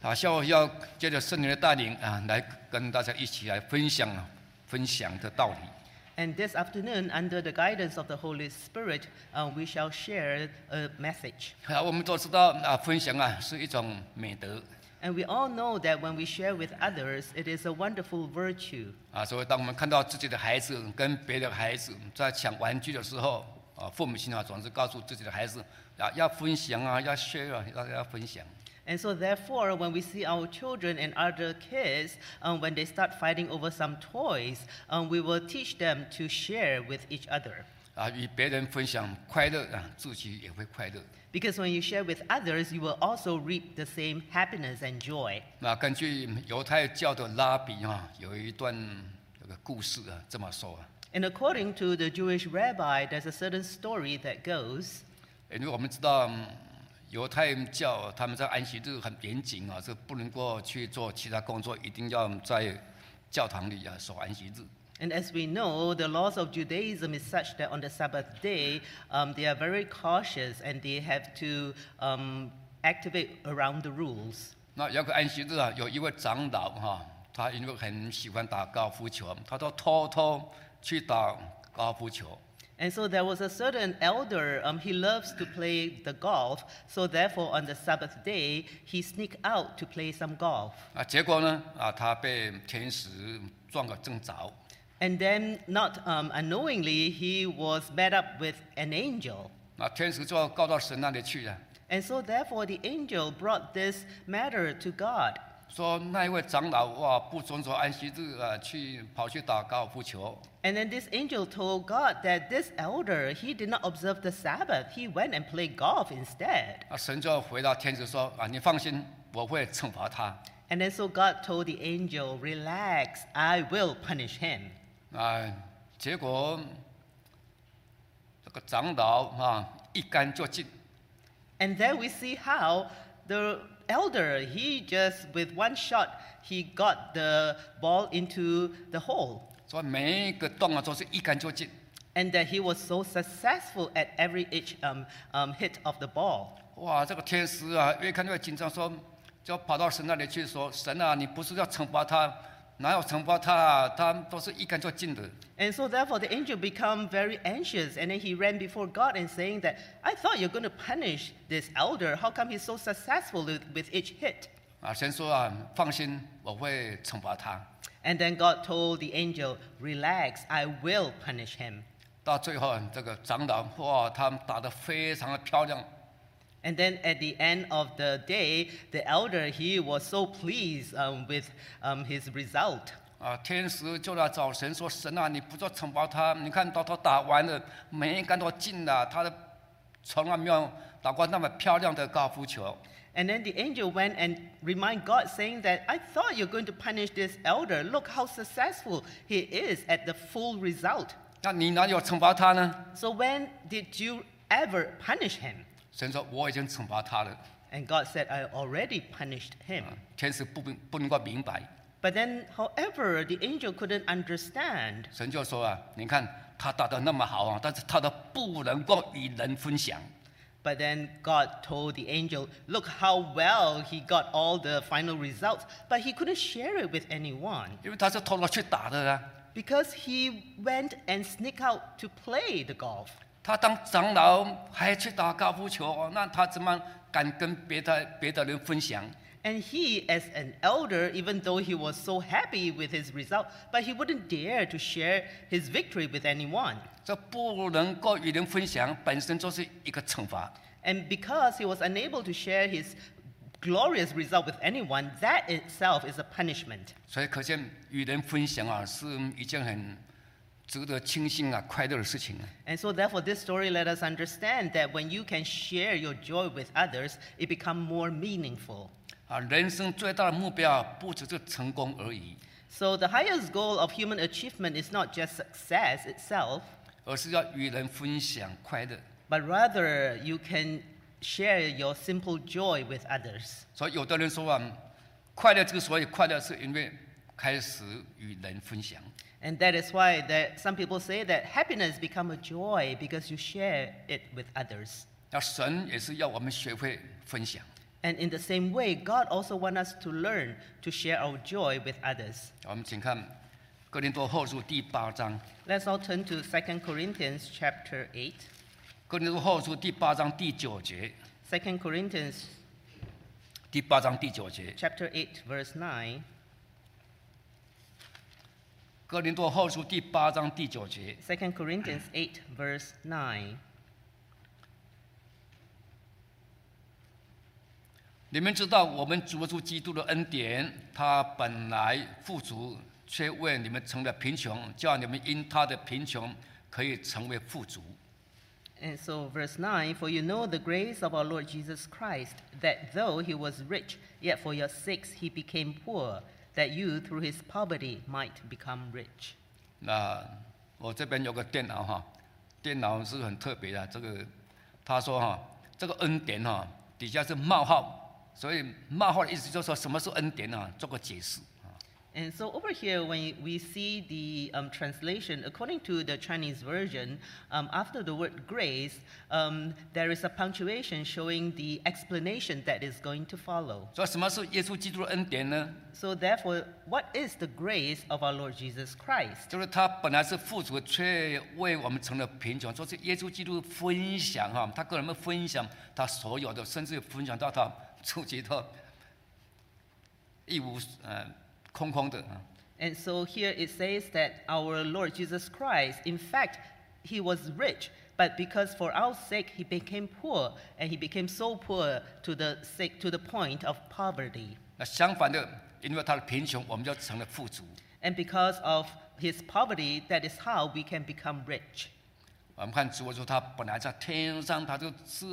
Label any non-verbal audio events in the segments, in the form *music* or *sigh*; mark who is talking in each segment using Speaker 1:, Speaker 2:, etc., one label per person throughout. Speaker 1: 好，下午啊要借着圣灵的带领啊，来跟大家一起来分享啊分享的道理。
Speaker 2: And this afternoon, under the guidance of the Holy Spirit, uh, we shall share a message.
Speaker 1: 啊，我们都知道啊，分享啊是一种美德
Speaker 2: And we all know that when we share with others, it is a wonderful virtue.
Speaker 1: 啊，所以当我们看到自己的孩子跟别的孩子在抢玩具的时候，啊，父母亲啊总是告诉自己的孩子啊，要分享啊，要 share 啊，要要分享。
Speaker 2: And so, therefore, when we see our children and other kids, um, when they start fighting over some toys, um, we will teach them to share with each other.
Speaker 1: 啊，与别人分享快乐啊，自己也会快乐。
Speaker 2: Because when you share with others, you will also reap the same happiness and joy.
Speaker 1: 那根据犹太教的拉比啊，有一段有个故事啊，这么说啊，
Speaker 2: And according to the Jewish rabbi, there's a certain story that goes
Speaker 1: 因为我们知道嗯犹太教他们在安息日很严谨啊，是不能够去做其他工作，一定要在教堂里啊守安息日。
Speaker 2: And as we know, the laws of Judaism is such that on the Sabbath day, um, they are very cautious and they have to um, activate around the rules.
Speaker 1: 那有个安息日啊，有一位长老哈、他因为很喜欢打高尔夫球，他都偷偷去打高尔夫球。
Speaker 2: And so there was a certain elder, um, he loves to play the golf, so therefore on the Sabbath day, he sneaked out to play some golf.
Speaker 1: 啊，结果呢，啊，他被天使撞个正着，
Speaker 2: And then, not um, unknowingly, he was met up with an angel.
Speaker 1: 那天使就要告到神那里去啊了，
Speaker 2: And so, therefore, the angel brought this matter to God.
Speaker 1: 说那一位长老哇不遵守安息日啊，去跑去打高尔夫球，
Speaker 2: And then this angel told God that this elder, he did not observe the Sabbath. He went and played golf instead.
Speaker 1: 啊，神就回答天使说啊，你放心，我会惩罚他。
Speaker 2: And then so God told the angel, Relax, I will punish him.
Speaker 1: 啊，结果这个长老啊一干就净，
Speaker 2: And then we see how the elder, he just, with one shot, he got the ball into the hole.
Speaker 1: 说每一个洞啊都是一干就净。
Speaker 2: And that he was so successful at every each um, um, hit of the ball.
Speaker 1: 哇，这个天使啊，越看越紧张，说就跑到神那里去说：“神啊，你不是要惩罚他？哪有惩罚他、啊？他都是一干就净的。
Speaker 2: And so therefore the angel become very anxious and then he ran before God and saying that I thought you're going to punish this elder. How come he's so successful with, with each hit? ”
Speaker 1: 啊，神说啊，放心，我会惩罚他。
Speaker 2: And then God told the angel, "Relax, I will punish him."
Speaker 1: 到最后，这个长老哇，他们打得非常的漂亮，
Speaker 2: And then at the end of the day, the elder he was so pleased um, with um, his result.
Speaker 1: 啊，天使就来找神说：“神啊，你不做惩罚他？你看到他打完了，每一杆都进了，他的从来没有打过那么漂亮的高尔夫球。”
Speaker 2: And then the angel went and remind God, saying that I thought you're going to punish this elder. Look how successful he is at the full result.
Speaker 1: 那你哪有惩罚他呢？
Speaker 2: So when did you ever punish him?
Speaker 1: 神说：“我已经惩罚他了。”
Speaker 2: And God said, I already punished him.
Speaker 1: 天使不明不能够明白，
Speaker 2: But then, however, the angel couldn't understand.
Speaker 1: 神就说啊，你看他打得那么好啊，但是他都不能够与人分享。
Speaker 2: But then God told the angel, Look how well he got all the final results, but he couldn't share it with anyone
Speaker 1: 因为他是偷偷去打的啊。
Speaker 2: because he went and sneak out to play the golf.
Speaker 1: 他当长老还去打高尔夫球哦，那他怎么敢跟别的别的人分享？
Speaker 2: And he, as an elder, even though he was so happy with his result, but he wouldn't dare to share his victory with anyone.
Speaker 1: 这不能够与人分享，本身就是一个惩罚。
Speaker 2: And because he was unable to share his glorious result with anyone, that itself is a punishment.
Speaker 1: 所以可见与人分享啊，是一件很值得庆幸啊、快乐的事情啊。
Speaker 2: And so, therefore, this story let us understand that when you can share your joy with others, it becomes more meaningful.
Speaker 1: 啊，人生最大的目标啊不只是成功而已。
Speaker 2: So, the highest goal of human achievement is not just success itself,
Speaker 1: 而是要与人分享快乐。
Speaker 2: but rather you can share your simple joy with others.
Speaker 1: 所以有的人说啊，快乐之所以快乐，是因为开始与人分享。
Speaker 2: And that is why that some people say that happiness becomes a joy because you share it with others.
Speaker 1: 那神也是要我们学会分享。
Speaker 2: And in the same way, God also wants us to learn to share our joy with others.
Speaker 1: 我们请看《哥林多后书》第八章，《
Speaker 2: Let's now turn to 2 Corinthians chapter 8.
Speaker 1: 哥林多后书》第八章第九节，
Speaker 2: 2 Corinthians
Speaker 1: 第八章第九节，《
Speaker 2: chapter 8, verse 9.
Speaker 1: 哥林多后书》第八章第九节，
Speaker 2: 2 Corinthians 8, verse 9.
Speaker 1: 你们知道我们主耶稣基督的恩典，他本来富足，却为你们成了贫穷，叫你们因他的贫穷可以成为富足。
Speaker 2: And so, verse 9 For you know the grace of our Lord Jesus Christ, that though he was rich, yet for your sakes he became poor, that you through his poverty might become rich.
Speaker 1: 那我这边有个电脑哈，电脑是很特别的。这个他说哈，这个恩典哈底下是冒号，所以冒号的意思就是说什么是恩典啊，做个解释。
Speaker 2: And so over here, when we see the um, translation, according to the Chinese version, um, after the word grace, um, there is a punctuation showing the explanation that is going to follow.
Speaker 1: 所以什么是耶稣基督的恩典呢？
Speaker 2: So therefore, what is the grace of our Lord Jesus Christ?
Speaker 1: 就是他本来是富足，却为我们成了贫穷。说是耶稣基督分享哈，他跟人们分享他所有的，甚至分享到他触及到一无呃空空的啊。
Speaker 2: And so here it says that our Lord Jesus Christ, in fact, he was rich, but because for our sake he became poor, and he became so poor to the sake to the point of poverty.
Speaker 1: 那相反的，因为他的贫穷，我们就成了富足。
Speaker 2: And because of his poverty, that is how we can become rich.
Speaker 1: 我们看主耶稣，他本来在天上，他就至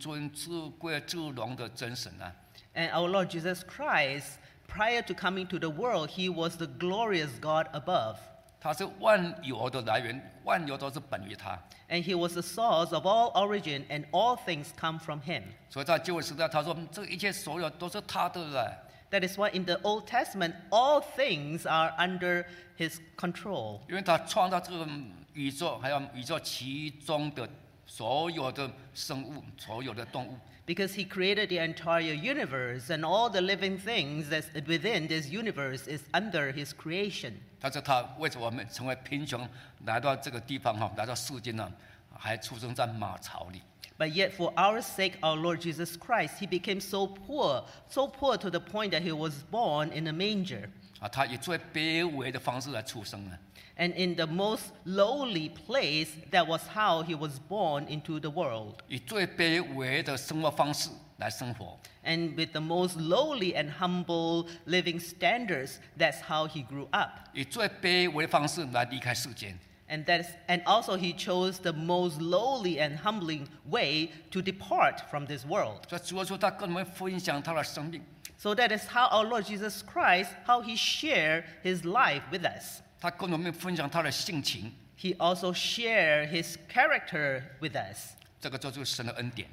Speaker 1: 尊、至贵、至荣的真神啊。
Speaker 2: And our Lord Jesus Christ, prior to coming to the world, he was the glorious God above.
Speaker 1: 他是万有的来源，万有都是本于他。
Speaker 2: And he was the source of all origin, and all things come from him.
Speaker 1: 所以在旧约时代，他说嗯这一切所有都是他的了。
Speaker 2: That is why in the Old Testament, all things are under his control.
Speaker 1: 因为他创造这个宇宙，还有宇宙其中的所有的生物、所有的动物，
Speaker 2: Because he created the entire universe, and all the living things that's within this universe is under his creation.
Speaker 1: 但是他为着我们成为贫穷，来到这个地方哈，来到世间呢，还出生在马槽里。
Speaker 2: But yet, for our sake, our Lord Jesus Christ, he became so poor, so poor to the point that he was born in a manger.
Speaker 1: 啊，他以最卑微的方式来出生呢。
Speaker 2: And in the most lowly place, that was how he was born into the world.
Speaker 1: 以最卑微的生活方式来生活。
Speaker 2: And with the most lowly and humble living standards, that's how he grew up.
Speaker 1: 以最卑微的方式来离开世间，
Speaker 2: And, that is, and also, he chose the most lowly and humbling way to depart from this world.
Speaker 1: 所以主耶稣他跟我们分享他的生命，
Speaker 2: So that is how our Lord Jesus Christ, how he shared his life with us.
Speaker 1: 他跟我们分享他的性情，
Speaker 2: He also shared his character with us.
Speaker 1: 这个就是神的恩典。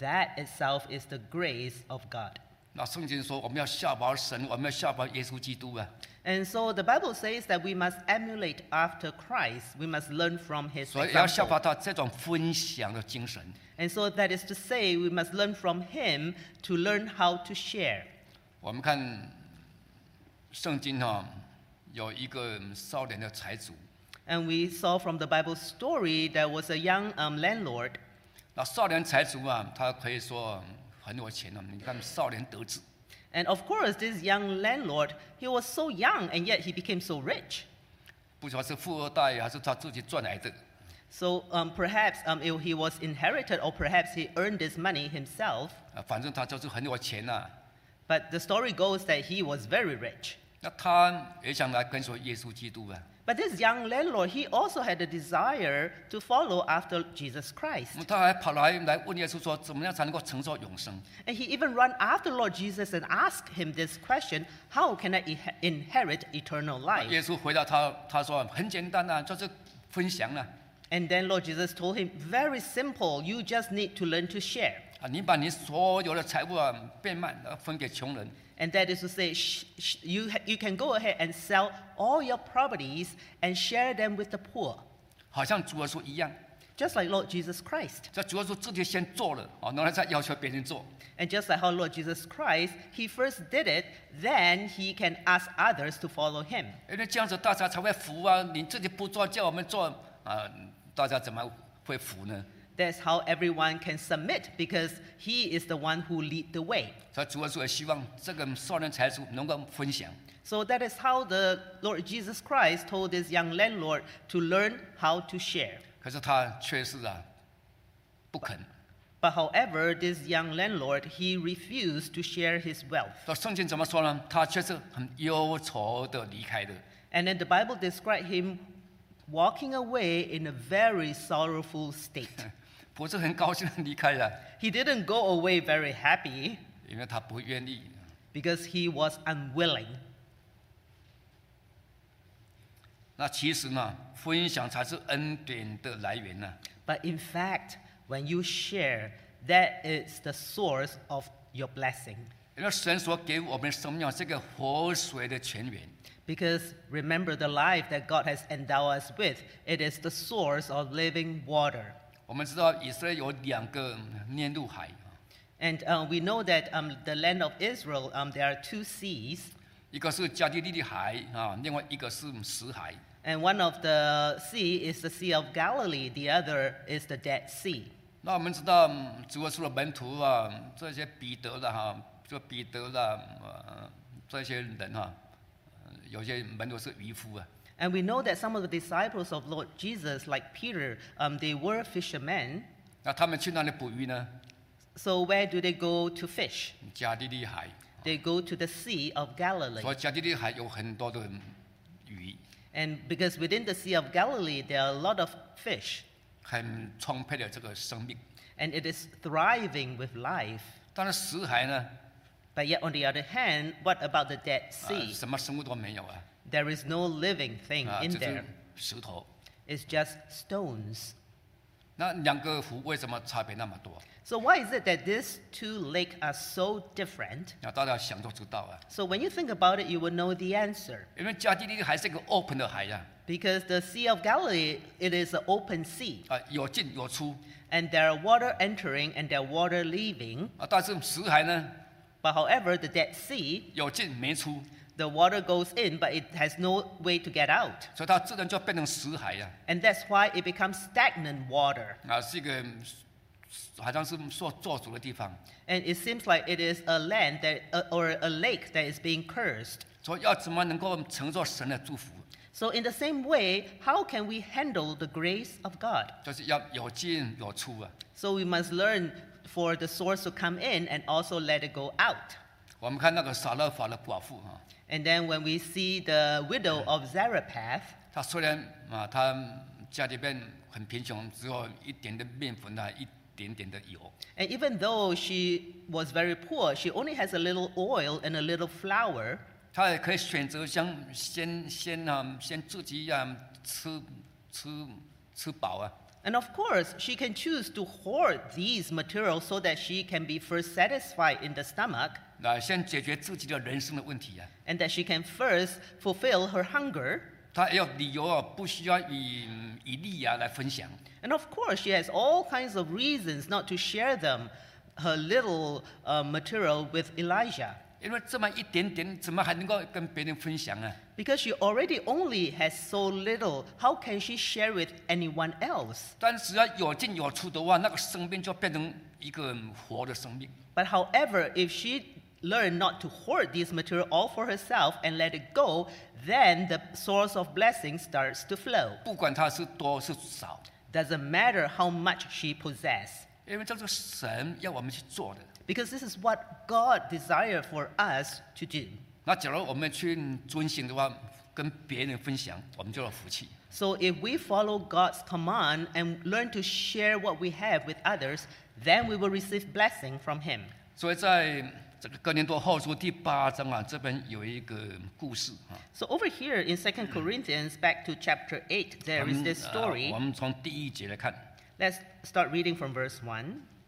Speaker 2: That itself is the grace of God.
Speaker 1: 那圣经说我们要效法神，我们要效法耶稣基督啊。
Speaker 2: And so the Bible says that we must emulate after Christ. We must learn from his
Speaker 1: 所以要效法
Speaker 2: example.
Speaker 1: 他这种分享的精神。
Speaker 2: And so that is to say, we must learn from him to learn how to share.
Speaker 1: 我们看圣经哈、有一个少年的财主，
Speaker 2: And we saw from the Bible story there was a young um, landlord.
Speaker 1: 那少年财主啊，他可以说很有钱了、啊你看少年得志，
Speaker 2: And of course, this young landlord, he was so young and yet he became so rich.
Speaker 1: 不晓得是富二代还是他自己赚来的。
Speaker 2: So um, perhaps um, it- he was inherited, or perhaps he earned this money himself.
Speaker 1: 啊，反正他就是很有钱呐、啊
Speaker 2: But the story goes that he was very rich.
Speaker 1: 那他也想来跟随耶稣基督啊。
Speaker 2: But this young landlord, he also had a desire to follow after Jesus
Speaker 1: 那么
Speaker 2: Christ.
Speaker 1: 他还跑来来问耶稣说，怎么样才能够承受永生？
Speaker 2: And he even ran after Lord Jesus and asked him this question How can I inhe- inherit eternal
Speaker 1: 啊耶
Speaker 2: life?
Speaker 1: 稣回答他，他说很简单啊，就是分享啊，
Speaker 2: And then Lord Jesus told him, Very simple, you just need to learn to share.
Speaker 1: 啊，你把你所有的财物啊变卖，然后分给穷人。
Speaker 2: And that is to say, sh- sh- you, ha- you can go ahead and sell all your properties and share them with the poor.
Speaker 1: 好像主耶稣一样，
Speaker 2: just like Lord Jesus Christ.
Speaker 1: 这主要是自己先做了啊，然后再要求别人做。
Speaker 2: And just like how Lord Jesus Christ, he first did it, then he can ask others to follow him.
Speaker 1: 因为这样子大家才会服啊！你自己不做，叫我们做啊、大家怎么会服呢？
Speaker 2: That's how everyone can submit because he is the one who lead the way.
Speaker 1: 所以主要是希望这个少年财主能够分享。
Speaker 2: So that is how the Lord Jesus Christ told this young landlord to learn how to share.
Speaker 1: 可是他却是啊，不肯。
Speaker 2: But however, this young landlord, he refused to share his wealth.
Speaker 1: 那圣经怎么说呢？他却是很忧愁的离开的。
Speaker 2: And then the Bible described him walking away in a very sorrowful state.
Speaker 1: 不是很高兴的离开了，
Speaker 2: he didn't go away very happy
Speaker 1: 因为他不愿意。
Speaker 2: because he was unwilling.
Speaker 1: 那其实呢，分享才是恩典的来源呢、
Speaker 2: But in fact, when you share, that is the source of your blessing.
Speaker 1: 因为神所给我们生命这个活水的泉源，
Speaker 2: Because remember the life that God has endowed us with, it is the source of living water.
Speaker 1: 我们知道以色列有两个念入海啊，
Speaker 2: And uh, we know that um, the land of Israel, um, there are two seas,
Speaker 1: 一个是加利利的海啊，另外一个是死海。
Speaker 2: and one of the sea is the Sea of Galilee, the other is the Dead Sea.
Speaker 1: 那我们知道，嗯主耶稣的门徒啊，这些彼得的哈、这彼得的、呃、这些人哈、呃有些门徒是渔夫啊，
Speaker 2: And we know that some of the disciples of Lord Jesus, like Peter, um, they were fishermen.
Speaker 1: 那他们去哪里捕鱼呢？
Speaker 2: So where do they go to fish?
Speaker 1: 加利利海。
Speaker 2: They go to the Sea of
Speaker 1: 所
Speaker 2: Galilee.
Speaker 1: 以加利利海有很多的鱼，
Speaker 2: And because within the Sea of Galilee, there are a lot of fish,
Speaker 1: 很充沛的这个生命。
Speaker 2: and it is thriving with life.
Speaker 1: 但是死海呢，
Speaker 2: But yet, on the other hand, what about the Dead
Speaker 1: 啊
Speaker 2: Sea?
Speaker 1: 什么生物都没有啊，
Speaker 2: There is no living thing
Speaker 1: 啊，
Speaker 2: in
Speaker 1: 就是
Speaker 2: there,
Speaker 1: 石头。
Speaker 2: it's just stones.
Speaker 1: 那两个湖为什么差别那么多？
Speaker 2: So, why is it that these two lakes are so different?
Speaker 1: 那大家想都知道啊，
Speaker 2: So, when you think about it, you will know the answer.
Speaker 1: 因为加利利海是一个 open 的海呀、
Speaker 2: Because the Sea of Galilee, it is an open sea,
Speaker 1: 啊，有进有出
Speaker 2: and there are water entering and there are water leaving.
Speaker 1: 啊。但是死海呢，
Speaker 2: But however, the Dead Sea,
Speaker 1: 有进没出，
Speaker 2: the water goes in, but it has no way to get out.
Speaker 1: 所以它自然就变成死海呀、
Speaker 2: And that's why it becomes stagnant water.
Speaker 1: 啊，是一个嗯好像是做做主的地方。
Speaker 2: And it seems like it is a land that, uh, or a lake that is being cursed.
Speaker 1: 所以要怎么能够承受神的祝福？
Speaker 2: So, in the same way, how can we handle the grace of God?
Speaker 1: 就是要有进有出啊。
Speaker 2: So, we must learn for the source to come in and also let it go out.
Speaker 1: 我们看那个撒勒法的寡妇啊，
Speaker 2: And then, when we see the widow of Zarephath,
Speaker 1: 她虽然啊，她家里边很贫穷，只有一点的面粉啊，一点点的油，
Speaker 2: And even though she was very poor, she only has a little oil and a little flour.
Speaker 1: 她也可以选择像先先啊，先自己啊吃吃吃饱啊。
Speaker 2: And of course, she can choose to hoard these materials so that she can be first satisfied in the stomach
Speaker 1: 那先解决自己的人生的问题啊，
Speaker 2: and that she can first fulfill her hunger.
Speaker 1: 她也有理由啊，不需要以以利啊来分享。
Speaker 2: And of course, she has all kinds of reasons not to share them, her little uh, material with Elijah,
Speaker 1: 因为这么一点点，怎么还能够跟别人分享啊？
Speaker 2: because she already only has so little. How can she share with anyone else?
Speaker 1: 但只要有进有出的话，那个生命就变成一个活的生命。
Speaker 2: But however, if she learned not to hoard this material all for herself and let it go, then the source of blessing starts to flow.
Speaker 1: 不管它是多是少，
Speaker 2: Doesn't matter how much she possess,
Speaker 1: 因为这是神要我们去做的。
Speaker 2: because this is what God desired for us to do.
Speaker 1: 那假如我们去遵行的话，跟别人分享，我们就有福气。
Speaker 2: So if we follow God's command and learn to share what we have with others, then we will receive blessing from Him.
Speaker 1: 所以在这个哥林多后书第八章啊，这边有一个故事啊。
Speaker 2: So over here in 2 Corinthians, back to chapter 8, there is this
Speaker 1: 呃
Speaker 2: story.
Speaker 1: 我们从第一节来看，
Speaker 2: Let's start reading from verse 1.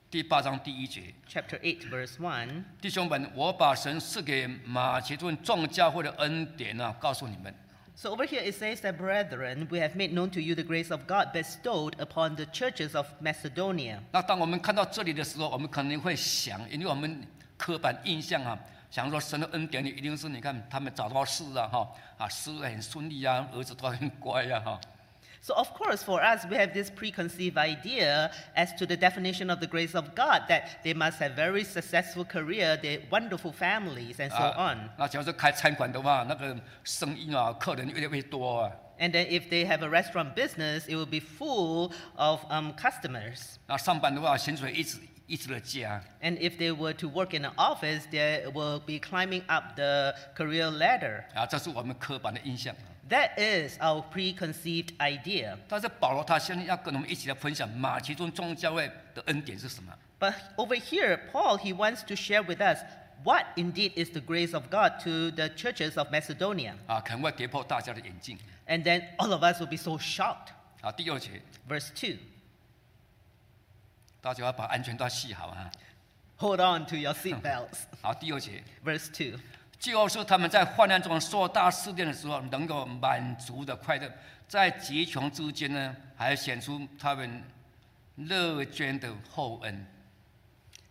Speaker 1: 第八章第一节。
Speaker 2: chapter 8, verse 1.
Speaker 1: 弟兄们，我把神赐给马其顿众教会的恩典呢、啊，告诉你们。
Speaker 2: So over here it says that, brethren, we have made known to you the grace of God bestowed upon the churches of Macedonia.
Speaker 1: 那当我们看到这里的时候，我们可能会想，因为我们刻板印象啊，想说神的恩典里一定是你看他们找到事啊，哈啊，事业很顺利啊，儿子都很乖啊，哈。
Speaker 2: So, of course, for us, we have this preconceived idea as to the definition of the grace of God that they must have very successful career, they wonderful families, and so
Speaker 1: 啊
Speaker 2: on.，
Speaker 1: 那假如说开餐馆的话，那个生意啊，客人越来越多啊，
Speaker 2: And then, if they have a restaurant business, it will be full of um, customers.
Speaker 1: 那上班的话，薪水一直一直的加。
Speaker 2: And if they were to work in an office, they will be climbing up the career ladder.
Speaker 1: 啊，这是我们刻板的印象。
Speaker 2: That is our preconceived idea.
Speaker 1: 但是保罗他现在要跟我们一起来分享马其顿众教会的恩典是什么？
Speaker 2: But over here, Paul, he wants to share with us what indeed is the grace of God to the churches of Macedonia.
Speaker 1: 啊，可能会跌破大家的眼镜。
Speaker 2: And then all of us will be so shocked.
Speaker 1: 啊，第二节，
Speaker 2: Verse 2.
Speaker 1: 大家要把安全带系好啊。
Speaker 2: Hold on to your seatbelts.
Speaker 1: 好，第二节，
Speaker 2: Verse 2.
Speaker 1: 就是他们在患难中受大试炼的时候，能够满足的快乐，在极穷之间呢，还显出他们乐捐的厚恩。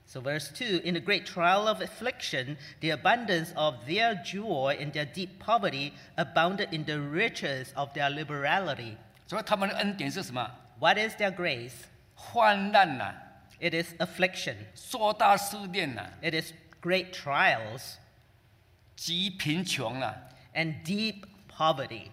Speaker 2: So, verse 2 In the great trial of affliction, the abundance of their joy and their deep poverty abounded in the riches of their liberality.
Speaker 1: 所以他们的恩典是什么？
Speaker 2: What is their grace?
Speaker 1: 患难呐、
Speaker 2: It is affliction,
Speaker 1: 受大试炼呐、
Speaker 2: it is great trials
Speaker 1: 极贫穷呐、
Speaker 2: and deep poverty.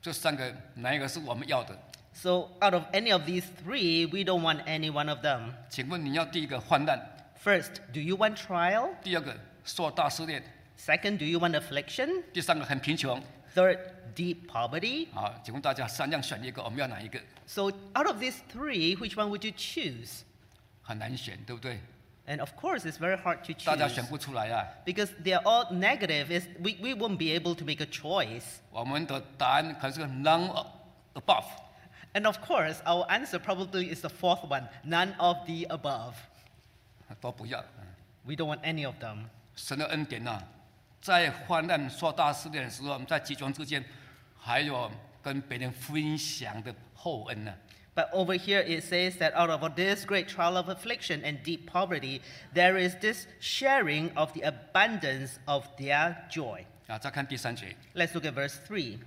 Speaker 1: 这三个哪一个是我们要的？
Speaker 2: So, out of any of these three, we don't want any one of them.
Speaker 1: 请问你要第一个患难，
Speaker 2: First, do you want trial?
Speaker 1: 第二个受大试炼，
Speaker 2: Second, do you want affliction?
Speaker 1: 第三个很贫穷。
Speaker 2: Third, deep poverty.
Speaker 1: 好，请问大家三样选一个，我们要哪一个？
Speaker 2: So, out of these three, which one would you choose?
Speaker 1: 很难选，对不对？
Speaker 2: And of course, it's very hard to
Speaker 1: 大家选
Speaker 2: choose
Speaker 1: 不出来啊。
Speaker 2: because they're all negative. It's, we, we won't be able to make a choice.
Speaker 1: 我们的答案可能是 none above。
Speaker 2: And of course, our answer probably is the fourth one none of the above.
Speaker 1: 都不要。
Speaker 2: We don't want any of them.
Speaker 1: 神的恩典呐、啊在患难受大试炼的时候，我们在集中之间，还有跟别人分享的厚恩啊呢、
Speaker 2: But over here it says that out of this great trial of affliction and deep poverty, there is this sharing of the abundance of their joy.
Speaker 1: 啊。再看第三节，
Speaker 2: Let's look at verse 3.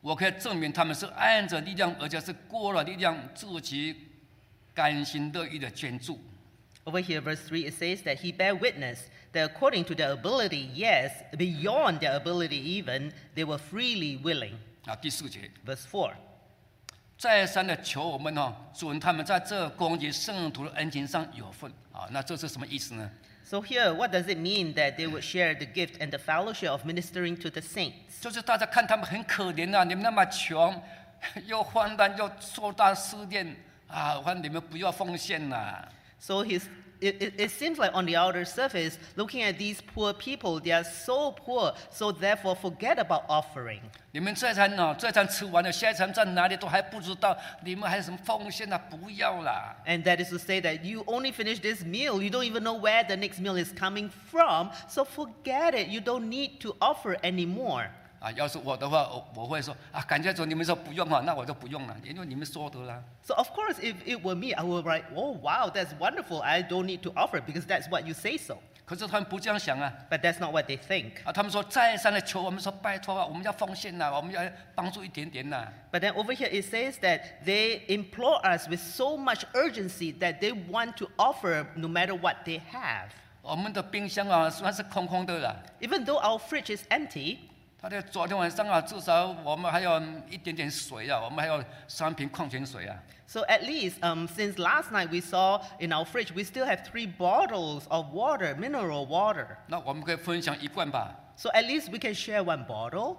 Speaker 1: 我可以证明他们是按着力量，而且是过了力量，自己甘心乐意的捐助。
Speaker 2: Over here, verse 3, it says that he bear witness that according to their ability, yes, beyond their ability even, they were freely willing.
Speaker 1: 啊，第四节，
Speaker 2: Verse 4.
Speaker 1: 再三的求我们哦，准他们在这攻击圣徒的恩情上有份啊。那这是什么意思呢？
Speaker 2: So here, what does it mean that they would share the gift and the fellowship of ministering to the saints?
Speaker 1: 就是大家看他们很可怜啊，你们那么穷， *laughs* 又患难又受到试炼啊，我看你们不要奉献啊呐、
Speaker 2: So his, it, it, it seems like on the outer surface, looking at these poor people, they are so poor, so therefore forget about offering.
Speaker 1: 你们这餐哦，这餐吃完了，下一餐在哪里都还不知道，你们还有什么奉献啊？不要啦！
Speaker 2: And that is to say that you only finish this meal, you don't even know where the next meal is coming from, so forget it. You don't need to offer anymore.
Speaker 1: 啊，要是我的话，我我会说啊，感谢主，你们说不用啊，那我就不用了，因为你们说的啦。
Speaker 2: So of course, if it were me, I would write, "Oh wow, that's wonderful. I don't need to offer because that's what you say so."
Speaker 1: 可是他们不这样想啊，
Speaker 2: But that's not what they think.
Speaker 1: 啊，他们说再三的求我们说拜托啊，我们要奉献呐、我们要帮助一点点啊呐、
Speaker 2: But then over here it says that they implore us with so much urgency that they want to offer no matter what they have.
Speaker 1: 我们的冰箱啊，虽然是空空的啦。
Speaker 2: Even though our fridge is empty,
Speaker 1: 他在昨天晚上啊，至少我们还有一点点水啊，我们还有三瓶矿泉水啊。
Speaker 2: so at least um, since last night we saw in our fridge, we still have three bottles of water, mineral water.
Speaker 1: 那我们可以分享一罐吧。
Speaker 2: So at least we can share one bottle.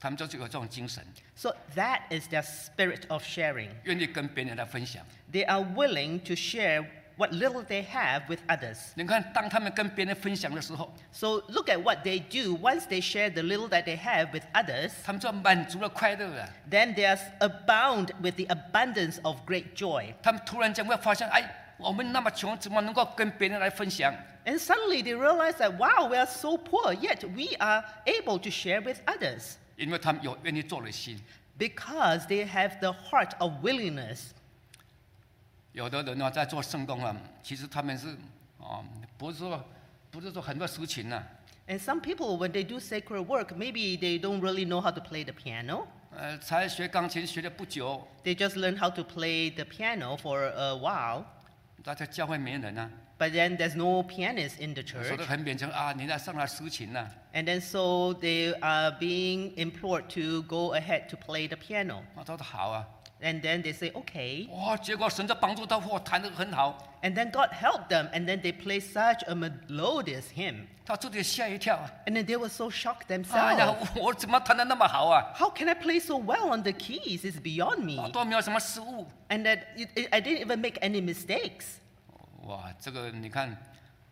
Speaker 1: 他们就是有这种精神，
Speaker 2: So that is their spirit of sharing.
Speaker 1: 愿意跟别人来分享。
Speaker 2: They are willing to share what little they have with others.
Speaker 1: 你看，当他们跟别人分享的时候，
Speaker 2: So look at what they do once they share the little that they have with others.
Speaker 1: 他们就满足了快乐啊了。
Speaker 2: then they are abound with the abundance of great joy.
Speaker 1: 他们突然间会发现，哎，我们那么穷，怎么能够跟别人来分享？
Speaker 2: And suddenly they realize that, wow, we are so poor, yet we are able to share with others.
Speaker 1: 也因为他们有愿意做的心。
Speaker 2: because they have the heart of willingness.
Speaker 1: 有的人呢，在做圣工啊，其实他们是啊、不是说不是说很多事情呢、啊
Speaker 2: And some people, when they do sacred work, maybe they don't really know how to play the piano.
Speaker 1: 呃，才学钢琴学了不久，
Speaker 2: They just learn how to play the piano for a while,
Speaker 1: 大家教会没人啊，
Speaker 2: but then there's no pianist in the
Speaker 1: 说
Speaker 2: church.
Speaker 1: 的很勉强啊，你来上来抒情啊呐、
Speaker 2: And then so they are being implored to go ahead to play the piano.
Speaker 1: 我说的好啊，
Speaker 2: And then they say, okay.
Speaker 1: 哇，结果神就帮助他，哇，弹得很好，
Speaker 2: And then God helped them, and then they play such a melodious hymn.
Speaker 1: 他自己吓一跳啊，
Speaker 2: And then they were so shocked
Speaker 1: 哎呀
Speaker 2: themselves.，
Speaker 1: 我怎么弹得那么好啊？
Speaker 2: How can I play so well on the keys? It's beyond me.
Speaker 1: 啊都没有什么失误，
Speaker 2: And that it, it, I didn't even make any mistakes.
Speaker 1: 哇，这个你看，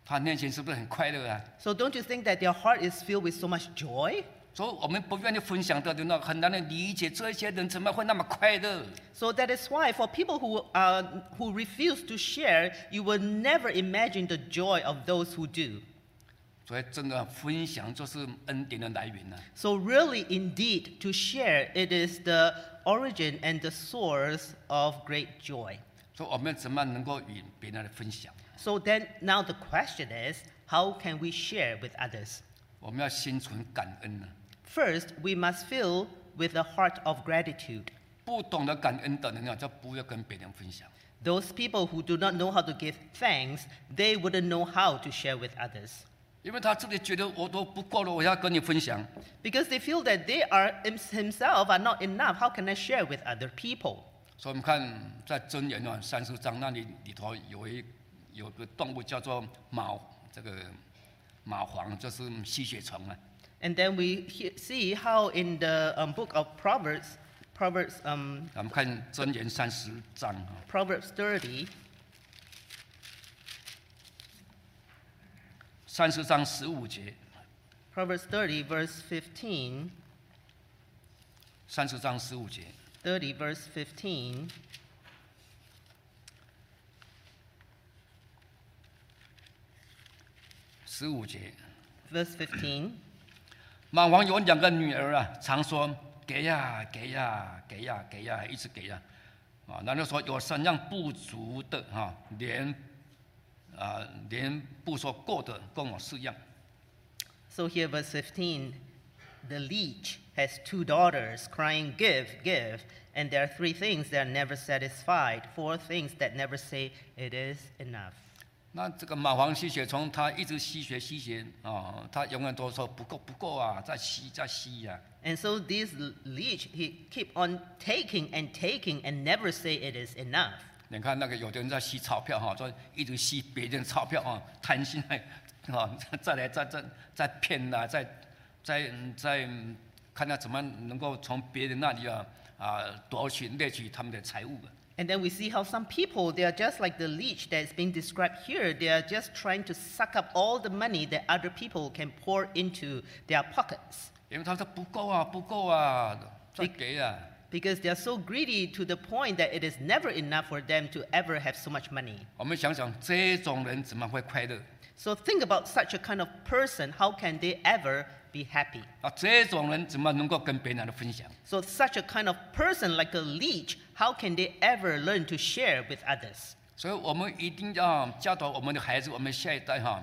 Speaker 1: 他内心是不是很快乐啊？
Speaker 2: So don't you think that their heart is filled with so much joy?
Speaker 1: 所以我们不愿意分享的，那很难的理解这些人怎么会那么快乐。
Speaker 2: So that is why, for people who, uh, who refuse to share, you will never imagine the joy of those who do.
Speaker 1: 所以真的分享就是恩典的来源啊呢、
Speaker 2: So, really, indeed, to share, it is the origin and the source of great joy.
Speaker 1: 所以我们怎么能够与别人来分享？
Speaker 2: So, then now the question is how can we share with others?
Speaker 1: 我们要心存感恩啊呢、
Speaker 2: First, we must fill with a heart of gratitude.
Speaker 1: 不懂得感恩的人啊，就不要跟别人分享。
Speaker 2: Those people who do not know how to give thanks, they wouldn't know how to share with others
Speaker 1: 因为他自己觉得我都不够了，我要跟你分享。
Speaker 2: because they feel that they are himself are not enough. How can I share with other people?
Speaker 1: 所以我们看在箴言啊三十章那里里头有一有个动物叫做蚂，这个蚂蟥就是吸血虫啊。
Speaker 2: And then we he- see how in the um, book of Proverbs, Proverbs, um,
Speaker 1: 咱们看箴言三十章啊，
Speaker 2: Proverbs 30,
Speaker 1: 三十章十五节，
Speaker 2: Proverbs 30, verse 15,
Speaker 1: 三十章十五节，
Speaker 2: 30, verse 15.
Speaker 1: 十五节。
Speaker 2: Verse 15.
Speaker 1: 马王有两个女儿啊，常说给呀给呀给呀给呀，一直给呀，啊，然后说有三样不足的哈、啊，连啊、连不说够的，共有四样。
Speaker 2: So here, verse 15 the leech has two daughters crying, Give, give. And there are three things that are never satisfied, four things that never say, It is enough.
Speaker 1: 那这个马王吸血虫，它一直吸血吸血啊，它永远都说不够不够啊，再吸再吸呀、
Speaker 2: And so this l- leech, he keep on taking and taking and never say it is enough.
Speaker 1: 你看那个有的人在吸钞票哈、说一直吸别人钞票啊，贪心哎，啊， *laughs* 再来再再再骗呐、再再嗯再嗯看他怎么能够从别人那里啊啊夺取掠取他们的财物啊。
Speaker 2: And then we see how some people, they are just like the leech that is being described here. They are just trying to suck up all the money that other people can pour into their pockets.
Speaker 1: 因为他说不够啊，不够啊，再给啊。
Speaker 2: because they are so greedy to the point that it is never enough for them to ever have so much money.
Speaker 1: 我们想想这种人怎么会快乐？
Speaker 2: So think about such a kind of person. How can they ever be happy?
Speaker 1: 啊，这种人怎么能够跟别人来分享？
Speaker 2: So such a kind of person like a leech, how can they ever learn to share with others?
Speaker 1: 所以我们一定要教导我们的孩子，我们下一代哈、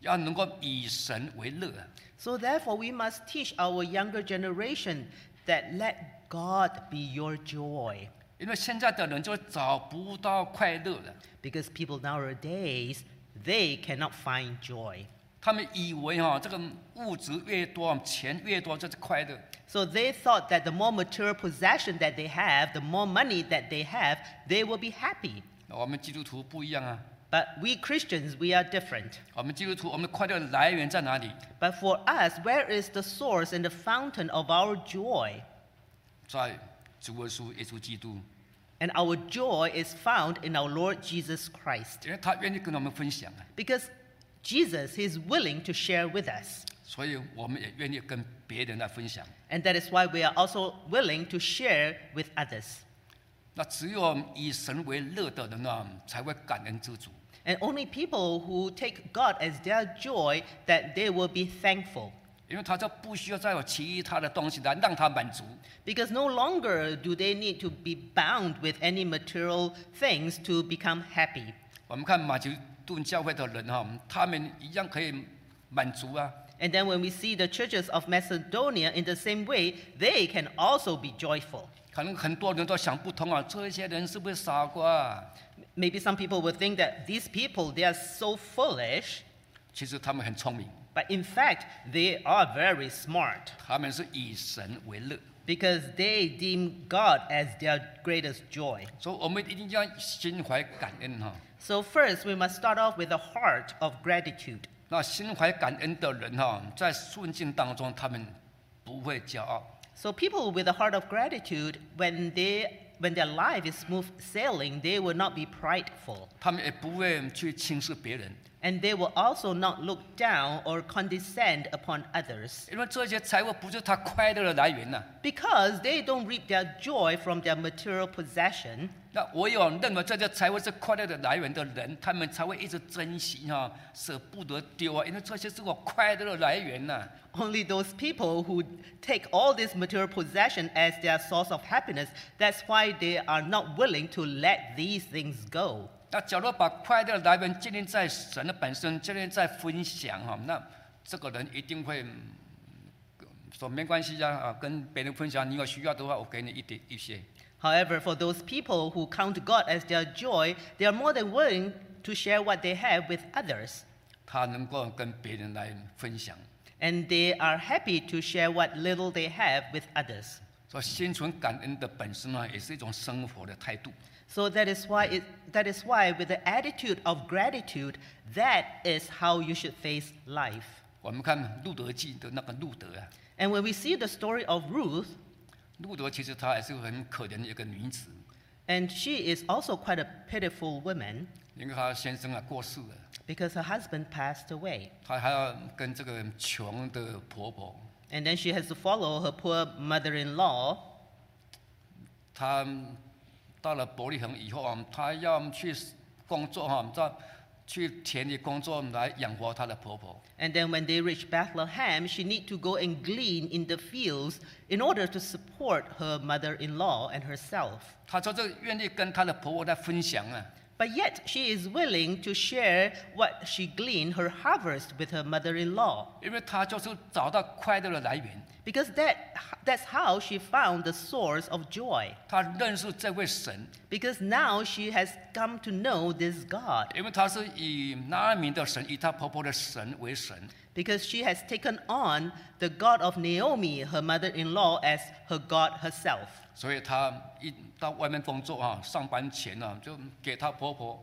Speaker 1: 要能够以神为乐啊。
Speaker 2: So therefore we must teach our younger generation that let God be your joy.
Speaker 1: 因为现在的人就找不到快乐了，
Speaker 2: Because people nowadays, they cannot find joy.
Speaker 1: 他们以为哈、这个物质越多，钱越多就是快乐。
Speaker 2: So they thought that the more material possession that they have, the more money that they have, they will be happy.
Speaker 1: 我们基督徒不一样啊，
Speaker 2: But we Christians, we are different.
Speaker 1: 我们基督徒我们的快乐来源在哪里？
Speaker 2: But for us, where is the source and the fountain of our joy?
Speaker 1: 在主耶稣耶稣基督，
Speaker 2: And our joy is found in our Lord Jesus Christ.
Speaker 1: 因为他愿意跟我们分享啊，
Speaker 2: Because Jesus he is willing to share with us.
Speaker 1: 所以我们也愿意跟别人来分享。
Speaker 2: And that is why we are also willing to share with others.
Speaker 1: 那只有以神为乐的人啊，才会感恩知足。
Speaker 2: And only people who take God as their joy that they will be thankful.
Speaker 1: 因为他就不需要再有其他的东西来让他满足。
Speaker 2: Because no longer do they need to be bound with any material things to become happy.
Speaker 1: 我们看马其顿教会的人哈，他们一样可以满足啊。
Speaker 2: And then when we see the churches of Macedonia in the same way, they can also be joyful.
Speaker 1: 可能很多人都想不通啊，这些人是不是傻瓜啊、
Speaker 2: Maybe some people would think that these people, they are so foolish,
Speaker 1: 其实他们很聪明，
Speaker 2: but in fact, they are very smart
Speaker 1: 他们是以神为乐。
Speaker 2: because they deem God as their greatest joy.
Speaker 1: 所以我们一定要心怀感恩哈、
Speaker 2: So, first, we must start off with a heart of gratitude.
Speaker 1: 那心怀感恩的人哈、在顺境当中，他们不会骄傲。
Speaker 2: So, people with a heart of gratitude, when, they, when their life is smooth sailing, they will not be prideful.
Speaker 1: 他们也不会去轻视别人，
Speaker 2: And they will also not look down or condescend upon others
Speaker 1: 因为这些财物不是他快乐的来源呐、
Speaker 2: because they don't reap their joy from their material possession.
Speaker 1: 那唯有认为这些财物是快乐的来源的人，他们才会一直珍惜哈、舍不得丢啊，因为这些是我快乐的来源呐、
Speaker 2: Only those people who take all this material possession as their source of happiness, that's why they are not willing to let these things go.
Speaker 1: 那假如把快乐的来源建立在神的本身，建立在分享哈、那这个人一定会嗯说没关系呀啊，跟别人分享，你有需要的话，我给你一点一些。
Speaker 2: However, for those people who count God as their joy, they are more than willing to share what they have with others,
Speaker 1: 他能够跟别人来分享，
Speaker 2: and they are happy to share what little they have with others.
Speaker 1: 所以心存感恩的本身呢，也是一种生活的态度。
Speaker 2: So that is why it, that is why with the attitude of gratitude, that is how you should face life.
Speaker 1: 我们看路德记的那个路德啊，
Speaker 2: And when we see the story of Ruth,
Speaker 1: 路德其实她也是很可怜的一个女子，
Speaker 2: and she is also quite a pitiful woman
Speaker 1: 因为她先生啊过世了，
Speaker 2: because her husband passed away,
Speaker 1: 她还要跟这个穷的婆婆，
Speaker 2: and then she has to follow her poor mother-in-law
Speaker 1: 她到了伯利恒以后啊，她要去工作哈、啊，到去田里工作来养活她的婆婆。
Speaker 2: And then when they reach Bethlehem, she need to go and glean in the fields in order to support her mother-in-law and herself.
Speaker 1: 她说这个愿意跟她的婆婆来分享啊，
Speaker 2: But yet she is willing to share what she gleaned, her harvest, with her mother-in-law
Speaker 1: 因为她就是找到快乐的来源。
Speaker 2: because that, that's how she found the source of joy.
Speaker 1: 他认识这位神，
Speaker 2: Because now she has come to know this God
Speaker 1: 因为他是以拿米的神，以他婆婆的神为神，
Speaker 2: because she has taken on the God of Naomi, her mother-in-law, as her God herself.
Speaker 1: 所以他一到外面工作啊，上班前啊，就给他婆婆，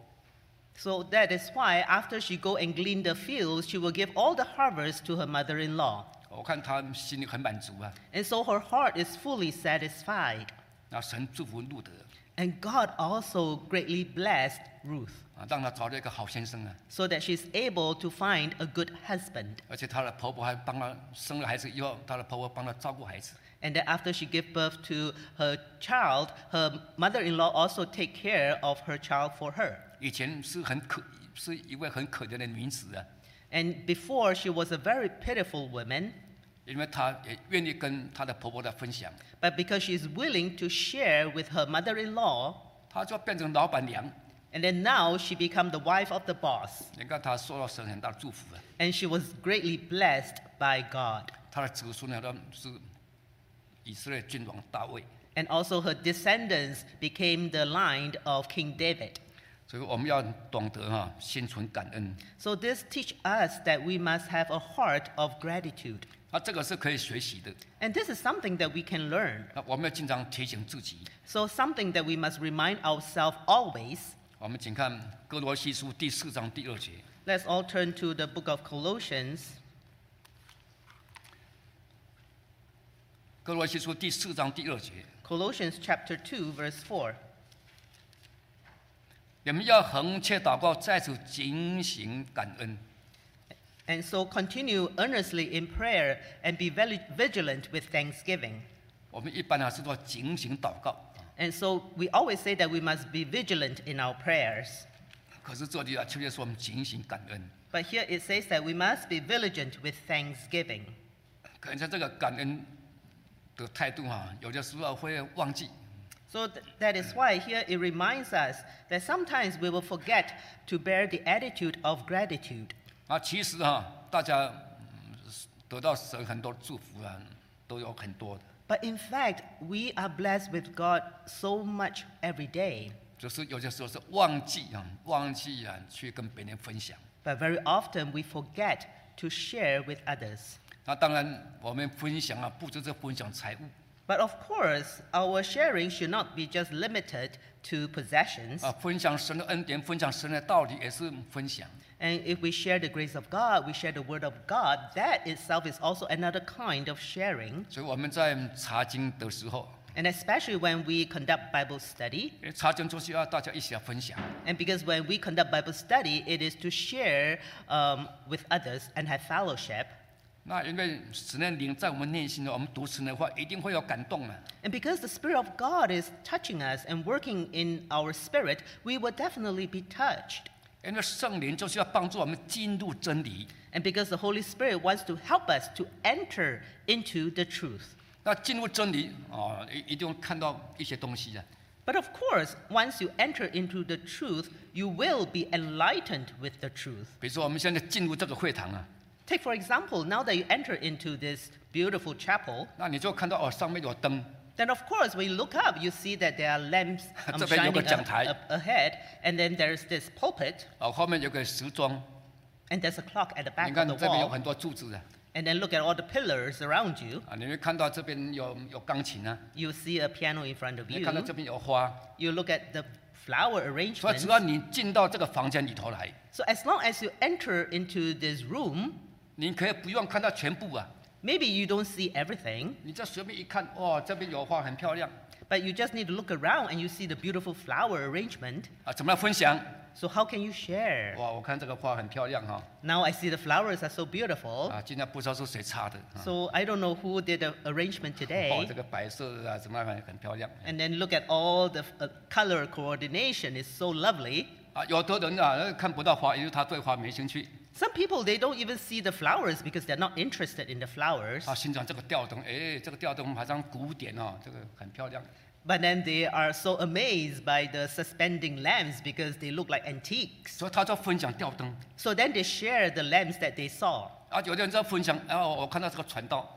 Speaker 2: So that is why after she go and glean the fields, she will give all the harvest to her mother-in-law.
Speaker 1: 我看他心里很满足啊。
Speaker 2: And so her heart is fully satisfied.
Speaker 1: 那神祝福路德
Speaker 2: And God also greatly blessed Ruth
Speaker 1: 啊，让他找到一个好先生啊，
Speaker 2: so that she's able to find a good husband.
Speaker 1: 而且他的婆婆还帮他生了孩子以后，他的婆婆帮他照顾孩子，
Speaker 2: And that after she gave birth to her child, her mother-in-law also take care of her child for her.
Speaker 1: 以前是很可是一位很可怜的女子啊，
Speaker 2: And before she was a very pitiful woman,
Speaker 1: 因为她也愿意跟她的婆婆来分享，
Speaker 2: but because she is willing to share with her mother-in-law,
Speaker 1: 她就变成老板娘。
Speaker 2: and then now she become the wife of the boss.
Speaker 1: 你看她受到神很大的祝福啊。
Speaker 2: and she was greatly blessed by God.
Speaker 1: 他的子孙呢，他们是以色列君王大卫，
Speaker 2: And also her descendants became the line of King David.
Speaker 1: 所以我们要懂得哈、心存感恩。
Speaker 2: So this teach us that we must have a heart of gratitude.
Speaker 1: 那这个是可以学习的。
Speaker 2: And this is something that we can learn.
Speaker 1: 那我们要经常提醒自己。
Speaker 2: So something that we must remind ourselves always.
Speaker 1: 我们请看哥罗西书第四章第二节，
Speaker 2: Let's all turn to the book of Colossians.
Speaker 1: 哥罗西书第四章第二节，
Speaker 2: Colossians chapter 2 verse 4.
Speaker 1: 你们要横切祷告，在此警醒感恩。
Speaker 2: And so continue earnestly in prayer and be very vigilant with thanksgiving.
Speaker 1: 我们一般啊还是说警醒祷告，
Speaker 2: And so we always say that we must be vigilant in our prayers.
Speaker 1: 可是这里啊，却是说我们警醒感恩。
Speaker 2: But here it says that we must be vigilant with thanksgiving.
Speaker 1: 可能在这个感恩的态度啊，有的时候会忘记。
Speaker 2: So th- that is why here it reminds us that sometimes we will forget to bear the attitude of gratitude.
Speaker 1: 啊，其实啊，大家嗯得到神很多祝福啊，都有很多的，
Speaker 2: But in fact, we are blessed with God so much every day.
Speaker 1: 只是有些时候是忘记啊，忘记啊，去跟别人分享。
Speaker 2: But very often we forget to share with others.
Speaker 1: 那当然，我们分享啊，不只是分享财物
Speaker 2: But of course, our sharing should not be just limited to possessions.
Speaker 1: 啊，分享神的恩典，分享神的道理也是分享。
Speaker 2: And if we share the grace of God, we share the word of God, that itself is also another kind of sharing.
Speaker 1: 所以我们在查经的时候，
Speaker 2: And especially when we conduct Bible study,
Speaker 1: 诶查经就是要大家一起来分享。
Speaker 2: and because when we conduct Bible study, it is to share um, with others and have fellowship.
Speaker 1: 那因为神的灵在我们内心呢，我们读神的话一定会有感动啊的、
Speaker 2: And because the Spirit of God is touching us and working in our spirit, we will definitely be touched.
Speaker 1: 因为圣灵就是要帮助我们进入真理。
Speaker 2: And because the Holy Spirit wants to help us to enter into the truth.
Speaker 1: 那进入真理啊，一一定会看到一些东西的、啊
Speaker 2: But of course, once you enter into the truth, you will be enlightened with the truth.
Speaker 1: 比如说我们现在进入这个会堂啊，
Speaker 2: Take, for example, now that you enter into this beautiful chapel,
Speaker 1: 那你就看到哦，上面有灯，
Speaker 2: then of course, when you look up, you see that there are
Speaker 1: *laughs*
Speaker 2: lamps um,
Speaker 1: 这边有个
Speaker 2: shining up,
Speaker 1: 讲台。
Speaker 2: up ahead, and then there's this pulpit,
Speaker 1: 哦，后面有个时钟，
Speaker 2: and there's a clock at the
Speaker 1: 你
Speaker 2: back
Speaker 1: 看
Speaker 2: of
Speaker 1: 这
Speaker 2: the
Speaker 1: 边有
Speaker 2: wall.
Speaker 1: 很多柱子的
Speaker 2: And then look at all the pillars around you.
Speaker 1: 啊，你会看到这边有有钢琴啊，
Speaker 2: You see a piano in front of
Speaker 1: 你
Speaker 2: you.
Speaker 1: 看到这边有花，
Speaker 2: You look at the flower
Speaker 1: 所
Speaker 2: arrangement.
Speaker 1: 以只要你进到这个房间里头来，
Speaker 2: So as long as you enter into this room,
Speaker 1: 你可以不用看到全部啊，
Speaker 2: maybe you don't see everything,
Speaker 1: 你这随便一看，哇、这边有花很漂亮
Speaker 2: but you just need to look around and you see the beautiful flower arrangement.
Speaker 1: 啊，怎么来分享？
Speaker 2: So how can you share?
Speaker 1: 哇，我看这个花很漂亮哈、
Speaker 2: Now I see the flowers are so beautiful.
Speaker 1: 啊，今天不知道是谁插的啊，
Speaker 2: So I don't know who did the arrangement
Speaker 1: 哦，
Speaker 2: today.
Speaker 1: 这个白色的啊，怎么很很漂亮
Speaker 2: And then look at all the uh, color coordination is so lovely.
Speaker 1: 啊？有的人啊，看不到花，因为他对花没兴趣
Speaker 2: Some people they don't even see the flowers because they're not interested in the flowers.
Speaker 1: 啊，欣赏这个吊灯，哎，这个吊灯好像古典哦，这个很漂亮
Speaker 2: But then they are so amazed by the suspending lamps because they look like antiques.
Speaker 1: 所以他就分享吊灯
Speaker 2: So then they share the lamps that they saw.
Speaker 1: 啊，有的人在分享，哦，我看到这个传道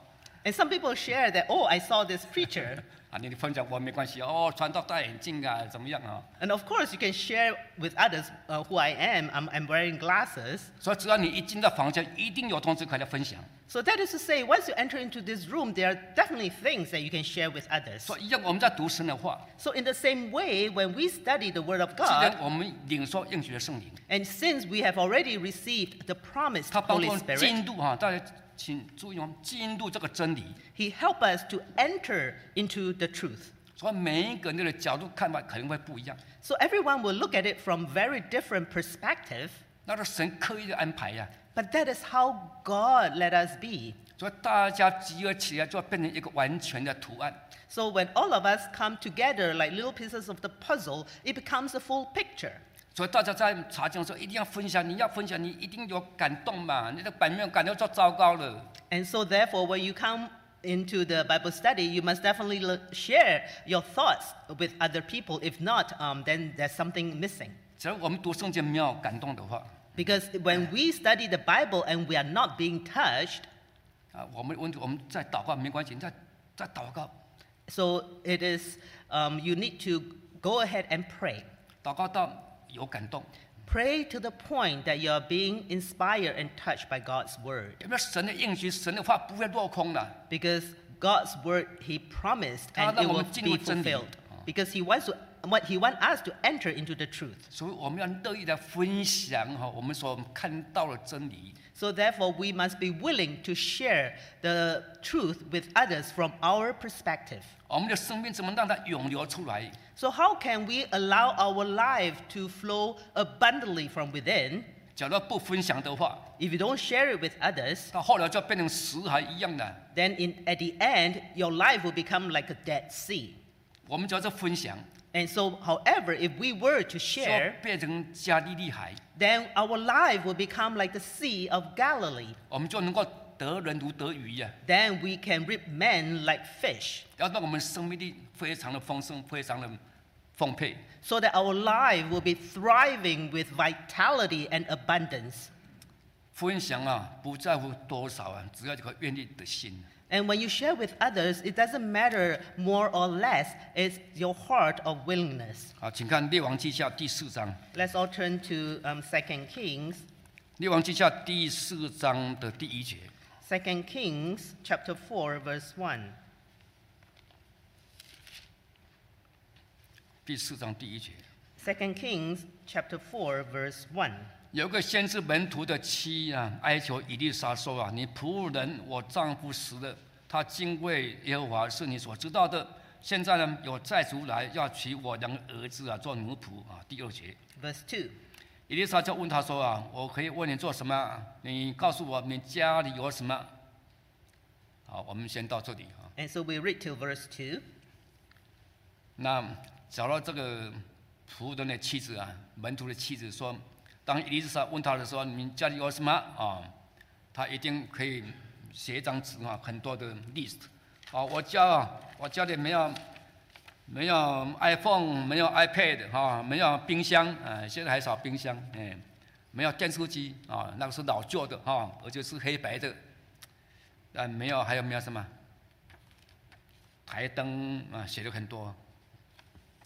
Speaker 2: And some people share that, oh, I saw this preacher.
Speaker 1: 啊，你分享我没关系哦，传道戴眼镜啊，怎么样啊？
Speaker 2: and of course, you can share with others uh, who I am. I'm, I'm wearing glasses.
Speaker 1: 所以只要你一进到房间，一定有东西可以来分享。
Speaker 2: So that is to say, once you enter into this room, there are definitely things that you can share with others.
Speaker 1: 所以一样，我们在读神的话，
Speaker 2: So, in the same way, when we study the Word of
Speaker 1: 既
Speaker 2: God,
Speaker 1: 然我们领受应许的圣灵，
Speaker 2: and since we have already received the promised
Speaker 1: 他帮助
Speaker 2: Holy
Speaker 1: 我们
Speaker 2: Spirit,
Speaker 1: 进入哈、啊，大家请注意哦，进入这个真理。
Speaker 2: He helps us to enter into the truth.
Speaker 1: 所以每一个人的角度看法可能会不一样，
Speaker 2: So everyone will look at it from very different perspective,
Speaker 1: 那是神刻意的安排呀、
Speaker 2: but that is how God let us be.
Speaker 1: 所以大家集合起来，就要变成一个完全的图案。
Speaker 2: So when all of us come together like little pieces of the puzzle, it becomes a full picture.
Speaker 1: 所以大家在查经的时候一定要分享，你要分享，你一定有感动嘛，你的版面感动就糟糕了。
Speaker 2: And so therefore when you come into the Bible study, you must definitely l- share your thoughts with other people. If not, um, then there's something missing.
Speaker 1: 只要我们读圣经没有感动的话，
Speaker 2: Because when we study the Bible and we are not being touched,
Speaker 1: 啊，我们问题我们在祷告没关系，你在在祷告，
Speaker 2: so it is um, you need to go ahead and pray.
Speaker 1: 祷告到有感动，
Speaker 2: Pray to the point that you're being inspired and touched by God's word.
Speaker 1: 有没有神的应许？神的话不会落空的。
Speaker 2: Because God's word he promised and it will be fulfilled. Because he wants to what he wants us to enter into the truth.
Speaker 1: 所以我们要乐意的分享哈，我们所看到的真理。
Speaker 2: So therefore we must be willing to share the truth with others from our perspective.
Speaker 1: 我们的生命怎么让它涌流出来？
Speaker 2: So how can we allow our life to flow abundantly from within?
Speaker 1: 假如不分享的话，
Speaker 2: If you don't share it with others,
Speaker 1: 它后来就变成死海一样的。
Speaker 2: then in, at the end, your life will become like a dead sea.
Speaker 1: 我们只要是分享，
Speaker 2: And so, however, if we were to
Speaker 1: 就
Speaker 2: share,
Speaker 1: 变成加利利海，
Speaker 2: then our life will become like the Sea of Galilee.
Speaker 1: 我们就能够得人如得鱼呀、
Speaker 2: then we can reap men like fish,
Speaker 1: 要让我们生命力非常的丰盛，非常的丰沛。
Speaker 2: so that our life will be thriving with vitality and abundance.
Speaker 1: 分享啊，不在乎多少啊，只要这个愿意的心。
Speaker 2: And when you share with others, it doesn't matter more or less, it's your heart of willingness.
Speaker 1: 好，请看《列王记下》第四章，《
Speaker 2: Let's all turn to um, 2 Kings,
Speaker 1: 列王记下》第四章的第一节。
Speaker 2: 2 Kings chapter 4, verse 1.
Speaker 1: 第四章第一节，
Speaker 2: 2 Kings chapter 4, verse 1.
Speaker 1: 有个先知门徒的妻啊，哀求以利沙说啊：“你仆人我丈夫死了，他敬畏耶和华是你所知道的。现在呢，有债主来要娶我两个儿子啊做奴仆啊。”第二节，
Speaker 2: Verse 2.
Speaker 1: 以利沙就问他说啊：“我可以为你做什么？啊你告诉我你家里有什么？”好，我们先到这里啊。
Speaker 2: And so we read till verse 2.
Speaker 1: 那找到这个仆人的妻子啊，门徒的妻子说，当伊丽莎问他的时候，你们家里有什么啊？他一定可以写一张纸啊，很多的 list。啊，我家啊，我家里没有没有 iPhone，没有 iPad 啊，没有冰箱，啊，现在还少冰箱，哎，没有电视机啊，那个是老旧的啊，而且是黑白的。啊，没有，还有没有什么？台灯啊，写了很多。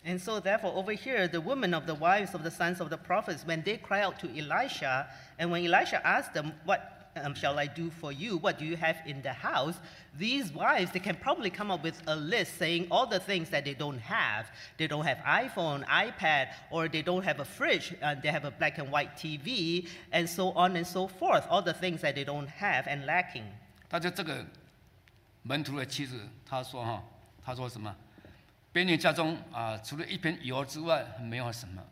Speaker 2: And so, therefore, over here, the women of the wives of the sons of the prophets, when they cry out to Elisha, and when Elisha asked them, What um, shall I do for you? What do you have in the house? These wives, they can probably come up with a list saying all the things that they don't have. They don't have iPhone, iPad, or they don't have a fridge, uh, they have a black and white TV, and so on and so forth. All the things that they don't have and lacking.
Speaker 1: 但是这个门徒的妻子，她说哈，她说什么？别人家中啊、除了一瓶油之外，没有什么。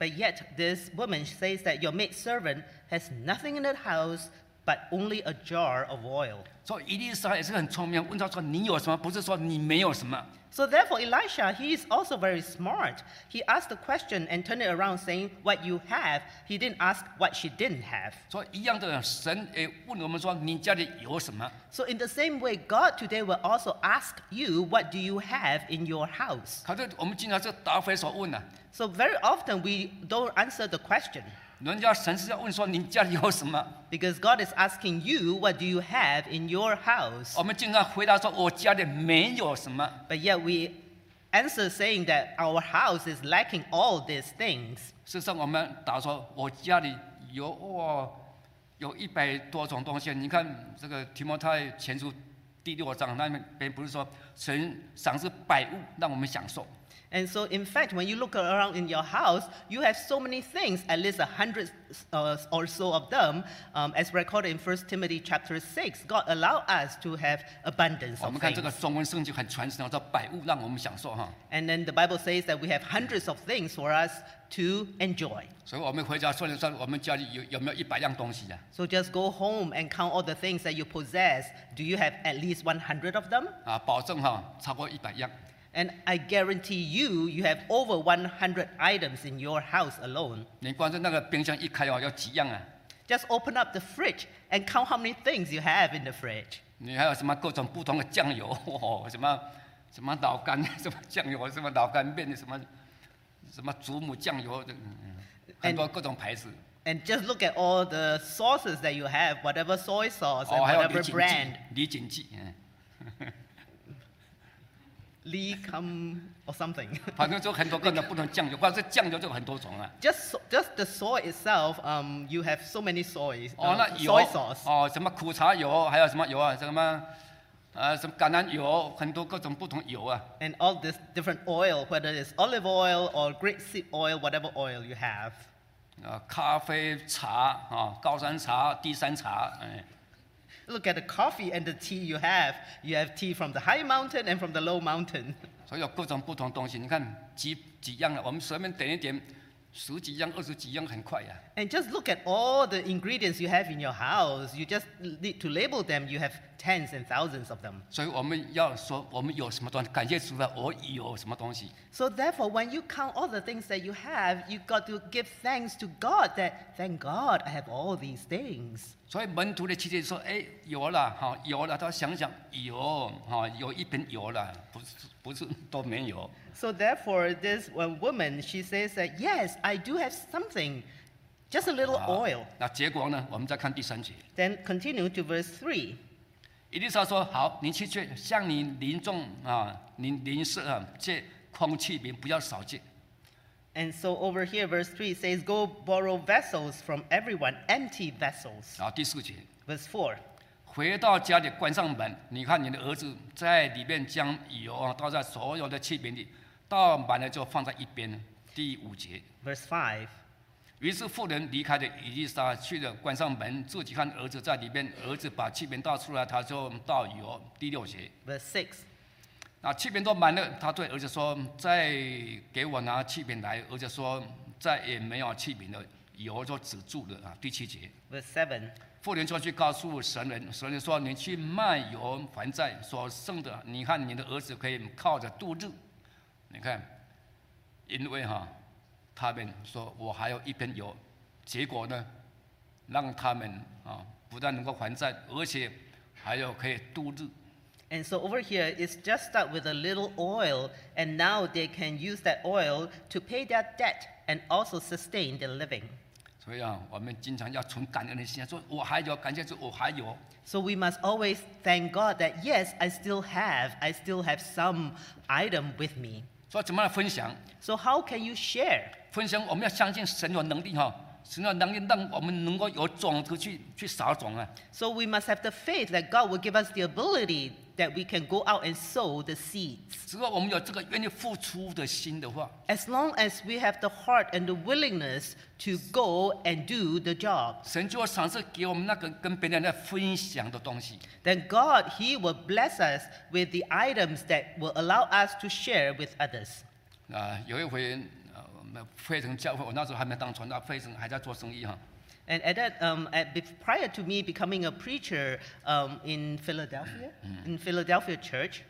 Speaker 2: But yet, this woman says that your maidservant has nothing in the house but only a jar of oil.
Speaker 1: 所以伊丽莎也是很聪明，问他说：“你有什么？”不是说你没有什么。
Speaker 2: So therefore, Elisha, he is also very smart. He asked the question and turned it around saying, What you have. He didn't ask what she didn't have.
Speaker 1: 所以一样的，神也问我们说：“你家里有什么
Speaker 2: So in the same way, God today will also ask you, What do you have in your？” house?
Speaker 1: 可是我们经常是答非所问啊。
Speaker 2: So very often we don't answer the question
Speaker 1: 人家神是要问说：“你家里有什么
Speaker 2: because God is asking you, What do you have in your？”house?
Speaker 1: 我们经常回答说：“我家里没有什么。
Speaker 2: But yet we answer saying that our house is lacking all these things. ”
Speaker 1: 事实上，我们答说：“我家里有哇，有一百多种东西。”你看这个提摩太前书第六章那边不是说神赏赐百物让我们享受，
Speaker 2: And so, in fact, when you look around in your house, you have so many things, at least a hundred uh, or so of them, um, as recorded in 1 Timothy chapter 6. God allow us to have abundance
Speaker 1: 我
Speaker 2: of
Speaker 1: 们看这个
Speaker 2: things.
Speaker 1: 中文圣经很传神哦，叫百物让我们享受哈。
Speaker 2: And then the Bible says that we have hundreds of things for us to enjoy.
Speaker 1: 所以我们回家算了算，我们家里有有没有一百样东西啊？
Speaker 2: So just go home and count all the things that you possess. Do you have at least 100 of them?
Speaker 1: 啊，保证哈超过一百样。
Speaker 2: And I guarantee you, you have over 100 items in your house alone.
Speaker 1: 你光是那个冰箱一开哦，有几样啊？
Speaker 2: Just open up the fridge and count how many things you have in the fridge.
Speaker 1: 你还有什么各种不同的酱油， *laughs* 哦、什么什么老干 *laughs* 什么酱油，什么老干面，什么什么祖母酱油，这嗯很多各种牌子。
Speaker 2: And just look at all the sauces that you have, whatever soy sauce
Speaker 1: 哦，
Speaker 2: and
Speaker 1: 还有
Speaker 2: whatever
Speaker 1: 李锦记
Speaker 2: brand,，
Speaker 1: 李锦记，嗯，
Speaker 2: Lee Kum um, or something. *laughs*
Speaker 1: 反正就很多各种不同酱油，光是酱油就有很多种啊。
Speaker 2: just so, just the soy itself, um, you have so many soys.
Speaker 1: 哦，
Speaker 2: um,
Speaker 1: 那油
Speaker 2: soy sauce.
Speaker 1: 哦，什么苦茶油，还有什么油啊？什么呃，什么橄榄油，很多各种不同油啊。
Speaker 2: And all this different oil, whether it's olive oil or grapeseed oil, whatever oil you have.
Speaker 1: 啊，咖啡茶啊、高山茶、低山茶，哎，
Speaker 2: Look at the coffee and the tea you have. You have tea from the high mountain *laughs* and from the low mountain.
Speaker 1: 啊所以有各种不同东西。你看几几样了，我们随便点一点，十几样、二十几样，很快啊呀、
Speaker 2: And just look at all the ingredients you have in your house. You just need to label them. You have tens and thousands of them.
Speaker 1: 所以我们要说，我们有什么东西，感谢主了，啊我有什么东西。
Speaker 2: So therefore, when you count all the things that you have, you got to give thanks to God that thank God I have all these things.
Speaker 1: 所以门徒的妻子说：“哎，有了哈、有了。”他想想有哈、有一瓶有了，不是不是都没有。
Speaker 2: So therefore, this one woman she says that yes, I do have something, just a little
Speaker 1: 啊
Speaker 2: oil.
Speaker 1: 那结果呢？我们再看第三节，
Speaker 2: Then continue to verse three.
Speaker 1: 伊丽莎说：“好，你去去向你邻众啊，你邻舍啊借空气瓶，不要少借。
Speaker 2: And so over here, verse 3 says, Go borrow vessels from everyone, empty vessels. ”
Speaker 1: 啊然后第四节，
Speaker 2: Verse 4.
Speaker 1: 回到家里关上门，你看你的儿子在里面将油啊倒在所有的气瓶里，倒满了就放在一边。第五节，
Speaker 2: Verse 5.
Speaker 1: 于是妇人离开了伊丽莎，去了关上门，自己看儿子在里面。儿子把气瓶倒出来，他就倒油。第六节，
Speaker 2: Verse 6.
Speaker 1: 那气瓶都满了，他对儿子说：“再给我拿气瓶来。”儿子说：“再也没有气瓶了。”油就止住了啊。第七节，
Speaker 2: Verse 7.
Speaker 1: 妇人就去告诉神人，神人说：“你去卖油还债，所剩的，你看你的儿子可以靠着度日。”你看，因为哈，他们说我还有一瓶油，结果呢，让他们啊不但能够还债，而且还有可以度日。
Speaker 2: And so over here, it's just start with a little oil, and now they can use that oil to pay their debt and also sustain their living.
Speaker 1: 所以啊，我们经常要存感恩的心，说我还有，感谢主，我还有。
Speaker 2: So we must always thank God that yes, I still have, I still have some item with me.
Speaker 1: 说怎么来分享？
Speaker 2: So how can you share?
Speaker 1: 分享我们要相信神有能力哈、神有能力让我们能够有种子去去撒种啊。
Speaker 2: So we must have the faith that God will give us the ability that we can go out and sow the seeds.
Speaker 1: 只要我们有这个愿意付出的心的话，
Speaker 2: As long as we have the heart and the willingness to go and do the job,
Speaker 1: 神就会赏赐给我们那个跟别人来分享的东西。
Speaker 2: then God, He will bless us with the items that will allow us to share with others.
Speaker 1: 啊、有一回，呃，我们费城教会，我那时候还没当传道，费城还在做生意哈。
Speaker 2: And at that, um, at, bef- prior to me becoming a preacher um, in Philadelphia, in Philadelphia Church,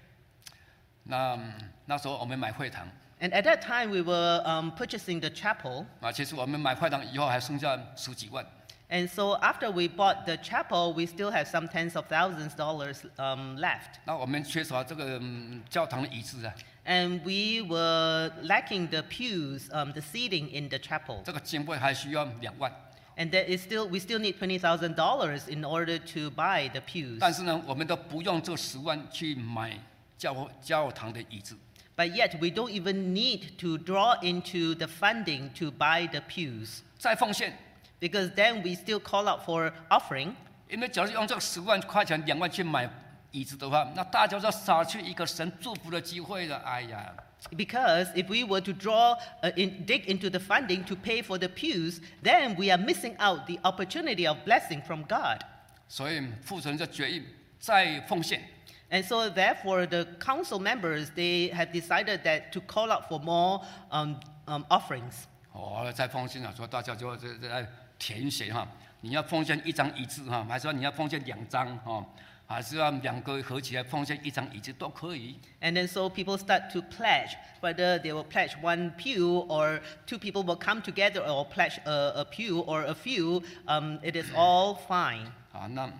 Speaker 1: 那嗯那时候我们买会堂，
Speaker 2: and at that time we were um, purchasing the chapel.
Speaker 1: 啊，其实我们买会堂以后还剩下十几万，
Speaker 2: And so after we bought the chapel, we still have some tens of thousands dollars um, left.
Speaker 1: 那我们缺少这个、嗯教堂的椅子啊，
Speaker 2: And we were lacking the pews, um, the seating in the chapel.
Speaker 1: 这个经费还需要两万。
Speaker 2: And that is still, we still need $20,000 in order to buy the pews.
Speaker 1: 但是呢，我们都不用这十万去买教会教堂的椅子，
Speaker 2: But yet, we don't even need to draw into the funding to buy the pews.
Speaker 1: 再奉献。
Speaker 2: Because then we still call out for offering.
Speaker 1: 因为假如用这十万块钱、两万去买椅子的话，那大家就少去一个神祝福的机会了。哎呀，
Speaker 2: Because if we were to draw, uh, in, dig into the funding to pay for the pews, then we are missing out the opportunity of blessing from God.
Speaker 1: 所以父神就决议再奉献。
Speaker 2: And so, therefore, the council members they had decided that to call out for more um, um, offerings.
Speaker 1: 哦，再奉献了，说大家就这这在填写哈，你要奉献一张椅子哈，还是说你要奉献两张哈，还是要两个合起来奉献一张椅子都可以。
Speaker 2: And then so people start to pledge, whether they will pledge one pew or two people will come together or pledge a, a pew or a few. Um, it is all fine.
Speaker 1: 啊，那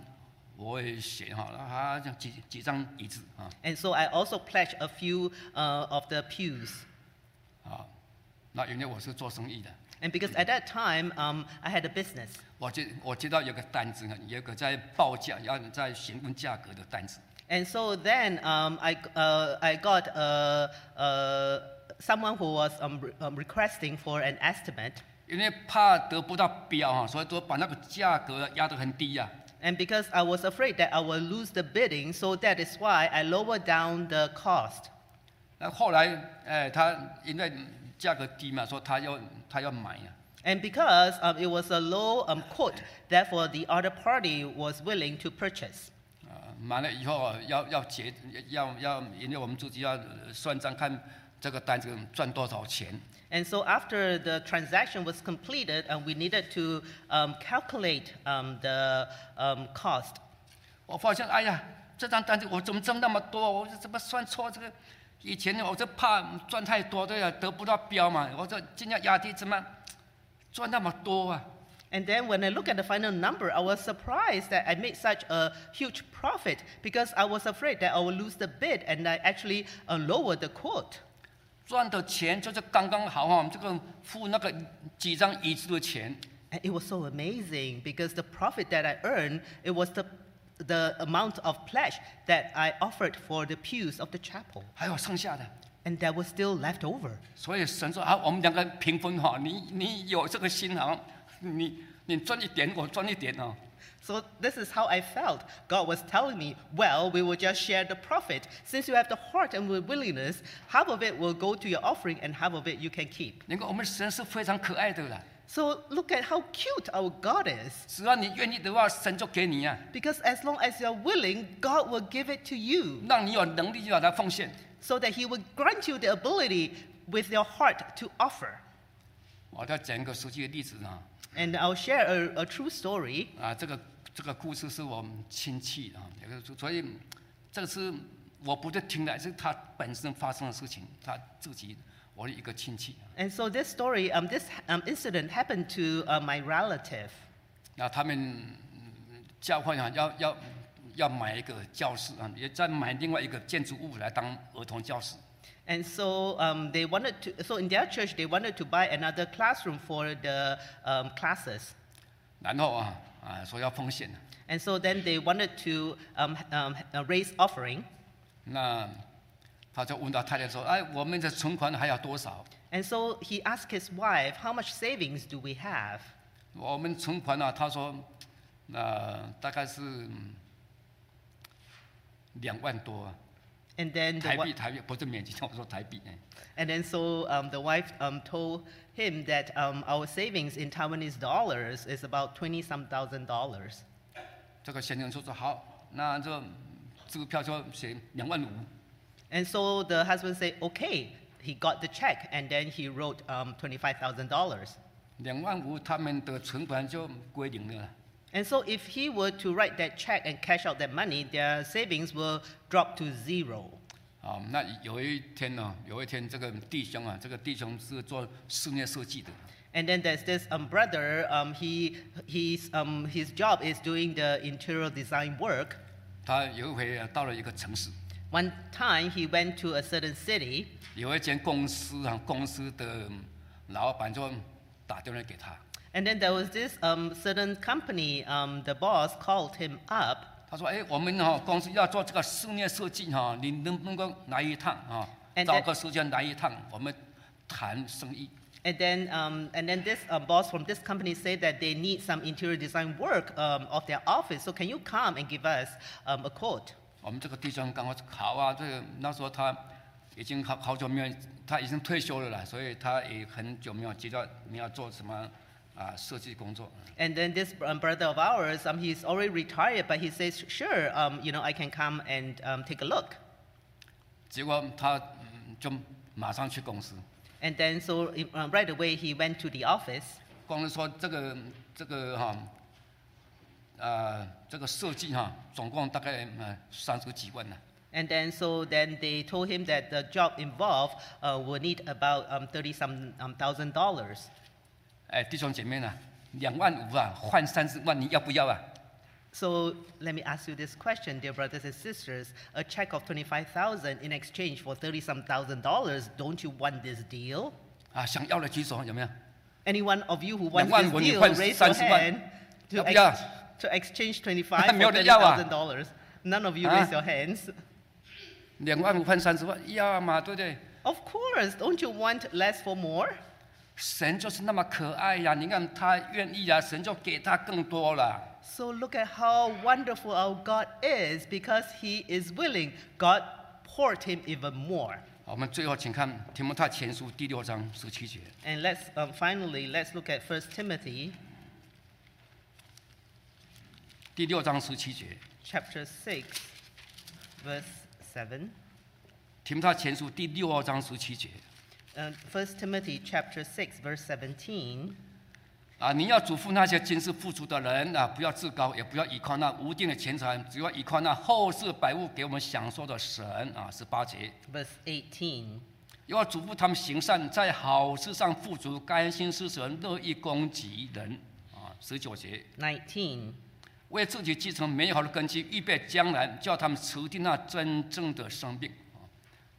Speaker 1: 我也写好了啊，这样几几张椅子啊
Speaker 2: And so I also pledge a few uh, of the pews.
Speaker 1: 啊，那因为我是做生意的，
Speaker 2: And because at that time um, I had a business,
Speaker 1: 我接我接到有个单子呢，有个在报价，要你在询问价格的单子，
Speaker 2: and so then um, I uh, I got uh, uh, someone who was um, re- um, requesting for an estimate.
Speaker 1: 因为怕得不到标啊，所以都把那个价格压得很低啊呀、
Speaker 2: And because I was afraid that I will lose the bidding, so that is why I lowered down the cost.
Speaker 1: 那后来，哎，他因为价格低嘛，说他要他要买呀、
Speaker 2: And because um, it was a low um, quote, therefore the other party was willing to purchase.
Speaker 1: 啊，买了以后啊要要结要要，因为我们自己要呃算账看。这个单子赚多少钱。
Speaker 2: And so after the transaction was completed, uh, we needed to um, calculate um, the um, cost.
Speaker 1: 我发现，哎呀，这张单子我怎么挣那么多？我这怎么算错这个？以前我就怕赚太多，对呀、得不到标嘛。我这尽量压低，怎么赚那么多啊？
Speaker 2: And then when I look at the final number, I was surprised that I made such a huge profit because I was afraid that I would lose the bid and I actually uh, lowered the quote.
Speaker 1: 赚的钱就是刚刚好哈，这个付那个几张椅子的钱。
Speaker 2: And it was so amazing because the profit that I earned, it was the, the amount of pledge that I offered for the pews of the chapel.
Speaker 1: 还有剩下的。
Speaker 2: And that was still left over.
Speaker 1: 所以神说啊，我们两个平分哈，你你有这个心啊，你你赚一点，我赚一点哦。
Speaker 2: So this is how I felt. God was telling me, well, we will just share the profit. Since you have the heart and the willingness, half of it will go to your offering and half of it you can keep.
Speaker 1: 那个我们神是非常可爱的啦，
Speaker 2: So look at how cute our God is.
Speaker 1: 只要你愿意的话，神就给你啊，
Speaker 2: Because as long as you're willing, God will give it to you
Speaker 1: 让你有能力就把它奉献。
Speaker 2: so that He will grant you the ability with your heart to offer.
Speaker 1: 我再讲一个实际的例子啊，
Speaker 2: And I'll share a, a true story.
Speaker 1: 啊，这个这个故事是我们亲戚啊，也就是所以这个是我不是听来，是他本身发生的事情，他自己我的一个亲戚，
Speaker 2: And so this story, um, this um, incident happened to uh, my relative.
Speaker 1: 那他们嗯教会啊，要要要买一个教室啊，也再买另外一个建筑物来当儿童教室。
Speaker 2: And so um, they wanted to, so in their church, they wanted to buy another classroom for the um, classes.
Speaker 1: 然后啊啊说要奉献，
Speaker 2: And so then they wanted to um, um, uh, raise offering.
Speaker 1: 那他就问他太太说：“哎，我们的存款还有多少？
Speaker 2: And so he asked his wife, how much savings do we have?
Speaker 1: 我们存款呢、啊？”他说：“那、大概是嗯两万多、啊、
Speaker 2: And then the
Speaker 1: 台
Speaker 2: wi-
Speaker 1: 币，台币不是缅甸，我说台币。哎
Speaker 2: and then so um, the wife um, told him that um, our savings in Taiwanese dollars is about 20 some thousand dollars. ”
Speaker 1: 这个先生说：“说好，那这支票就写两万五。”
Speaker 2: And so the husband said, okay, he got the check and then he wrote um, $25,000.
Speaker 1: 两万五，他们的存款就归零了。
Speaker 2: And so if he were to write that check and cash out that money, their savings will drop to zero.
Speaker 1: 啊，那有一天呢、有一天这个弟兄啊，这个弟兄是做室内设计的，
Speaker 2: And then there's this um, brother, um, he, he's, um, his job is doing the interior design work.
Speaker 1: 他有一回啊到了一个城市，
Speaker 2: One time he went to a certain city
Speaker 1: 有一间公司啊，公司的老板就打电话给他，
Speaker 2: and then there was this um, certain company, um, the boss called him up
Speaker 1: 他说：“哎，我们哈、公司要做这个室内设计哈、你能不能够来一趟啊？
Speaker 2: And
Speaker 1: 找
Speaker 2: that-
Speaker 1: 个时间来一趟，我们谈生意。
Speaker 2: And then, um, and then this um, boss from this company said that they need some interior design work um, of their office. So can you come and give us um, a quote? ”
Speaker 1: 我们这个弟兄刚好好啊，这个那时候他已经好好久没有，他已经退休了啦，所以他也很久没有接到你要做什么啊设计工作。
Speaker 2: And then this um, brother of ours, um, he's already retired, but he says, sure, um, you know, I can come and um, take a look.
Speaker 1: 结果他嗯就马上去公司，
Speaker 2: And then so um, right away he went to the office.
Speaker 1: 公司说这个这个哈、呃这个设计哈、总共大概呃三十几万呢、
Speaker 2: And then so then they told him that the job involved uh, will need about um, 30 some um, thousand dollars.
Speaker 1: 哎，弟兄姐妹呢、两万五啊，换三十万，你要不要啊？
Speaker 2: So let me ask you this question, dear brothers and sisters. A check of 25,000 in exchange for 30 some thousand dollars, don't you want this deal?
Speaker 1: 啊，想要的举手有没有？
Speaker 2: Anyone of you who wants
Speaker 1: Yang
Speaker 2: this
Speaker 1: wan,
Speaker 2: deal,
Speaker 1: yang wan,
Speaker 2: raise your
Speaker 1: 30,000.
Speaker 2: hand to,
Speaker 1: Apa ya?
Speaker 2: to exchange 25 for
Speaker 1: Mio dia jawab.
Speaker 2: $30,000. None of you
Speaker 1: Ah.
Speaker 2: raise your hands.
Speaker 1: 两万五换三十万，要嘛，对不对？
Speaker 2: Of course, don't you want less for more?
Speaker 1: 神就是那么可爱呀、你看他愿意呀、神就给他更多了。
Speaker 2: So look at how wonderful our God is because he is willing. God poured him even more.
Speaker 1: 我们最后请看提摩太前书第六章十七节，
Speaker 2: And let's um, finally let's look at 1 Timothy
Speaker 1: 第六章十七节，
Speaker 2: chapter 6, verse 7.
Speaker 1: 提摩太前书第六章十七节
Speaker 2: Uh, 1 Timothy chapter 6 verse 17.
Speaker 1: 啊，你要嘱咐那些今世富足的人啊，不要自高，也不要依靠那无定的钱财，只要依靠那后世百物给我们享受的神啊。十八节，
Speaker 2: Verse 18.
Speaker 1: 又要嘱咐他们行善，在好事上富足，甘心施舍，乐意供给人啊。十九节，
Speaker 2: 19.
Speaker 1: 为自己继承美好的根基，预备将来，叫他们除去那真正的生命。啊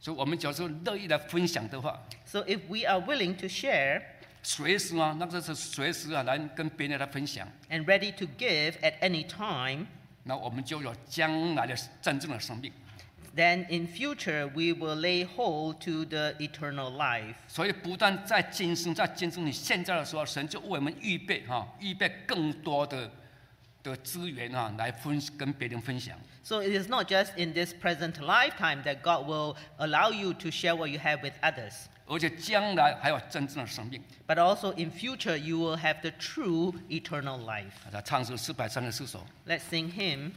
Speaker 1: 所以，我们假如说乐意来分享的话，
Speaker 2: So if we are willing to share
Speaker 1: 随时啊，那个是随时啊，来跟别人来分享，
Speaker 2: and ready to give at any time,
Speaker 1: 那我们就有将来的真正的生命。
Speaker 2: then in future we will lay hold to the eternal life.
Speaker 1: 所以，不但在今生，在今生你现在的时候，神就为我们预备哈、预备更多的的资源啊，来分跟别人分享。
Speaker 2: So it is not just in this present lifetime that God will allow you to share what you have with others,
Speaker 1: 而且将来还有真正的生命。
Speaker 2: but also in future you will have the true eternal life.
Speaker 1: 啊，他唱出四百三十四首。
Speaker 2: Let's sing hymn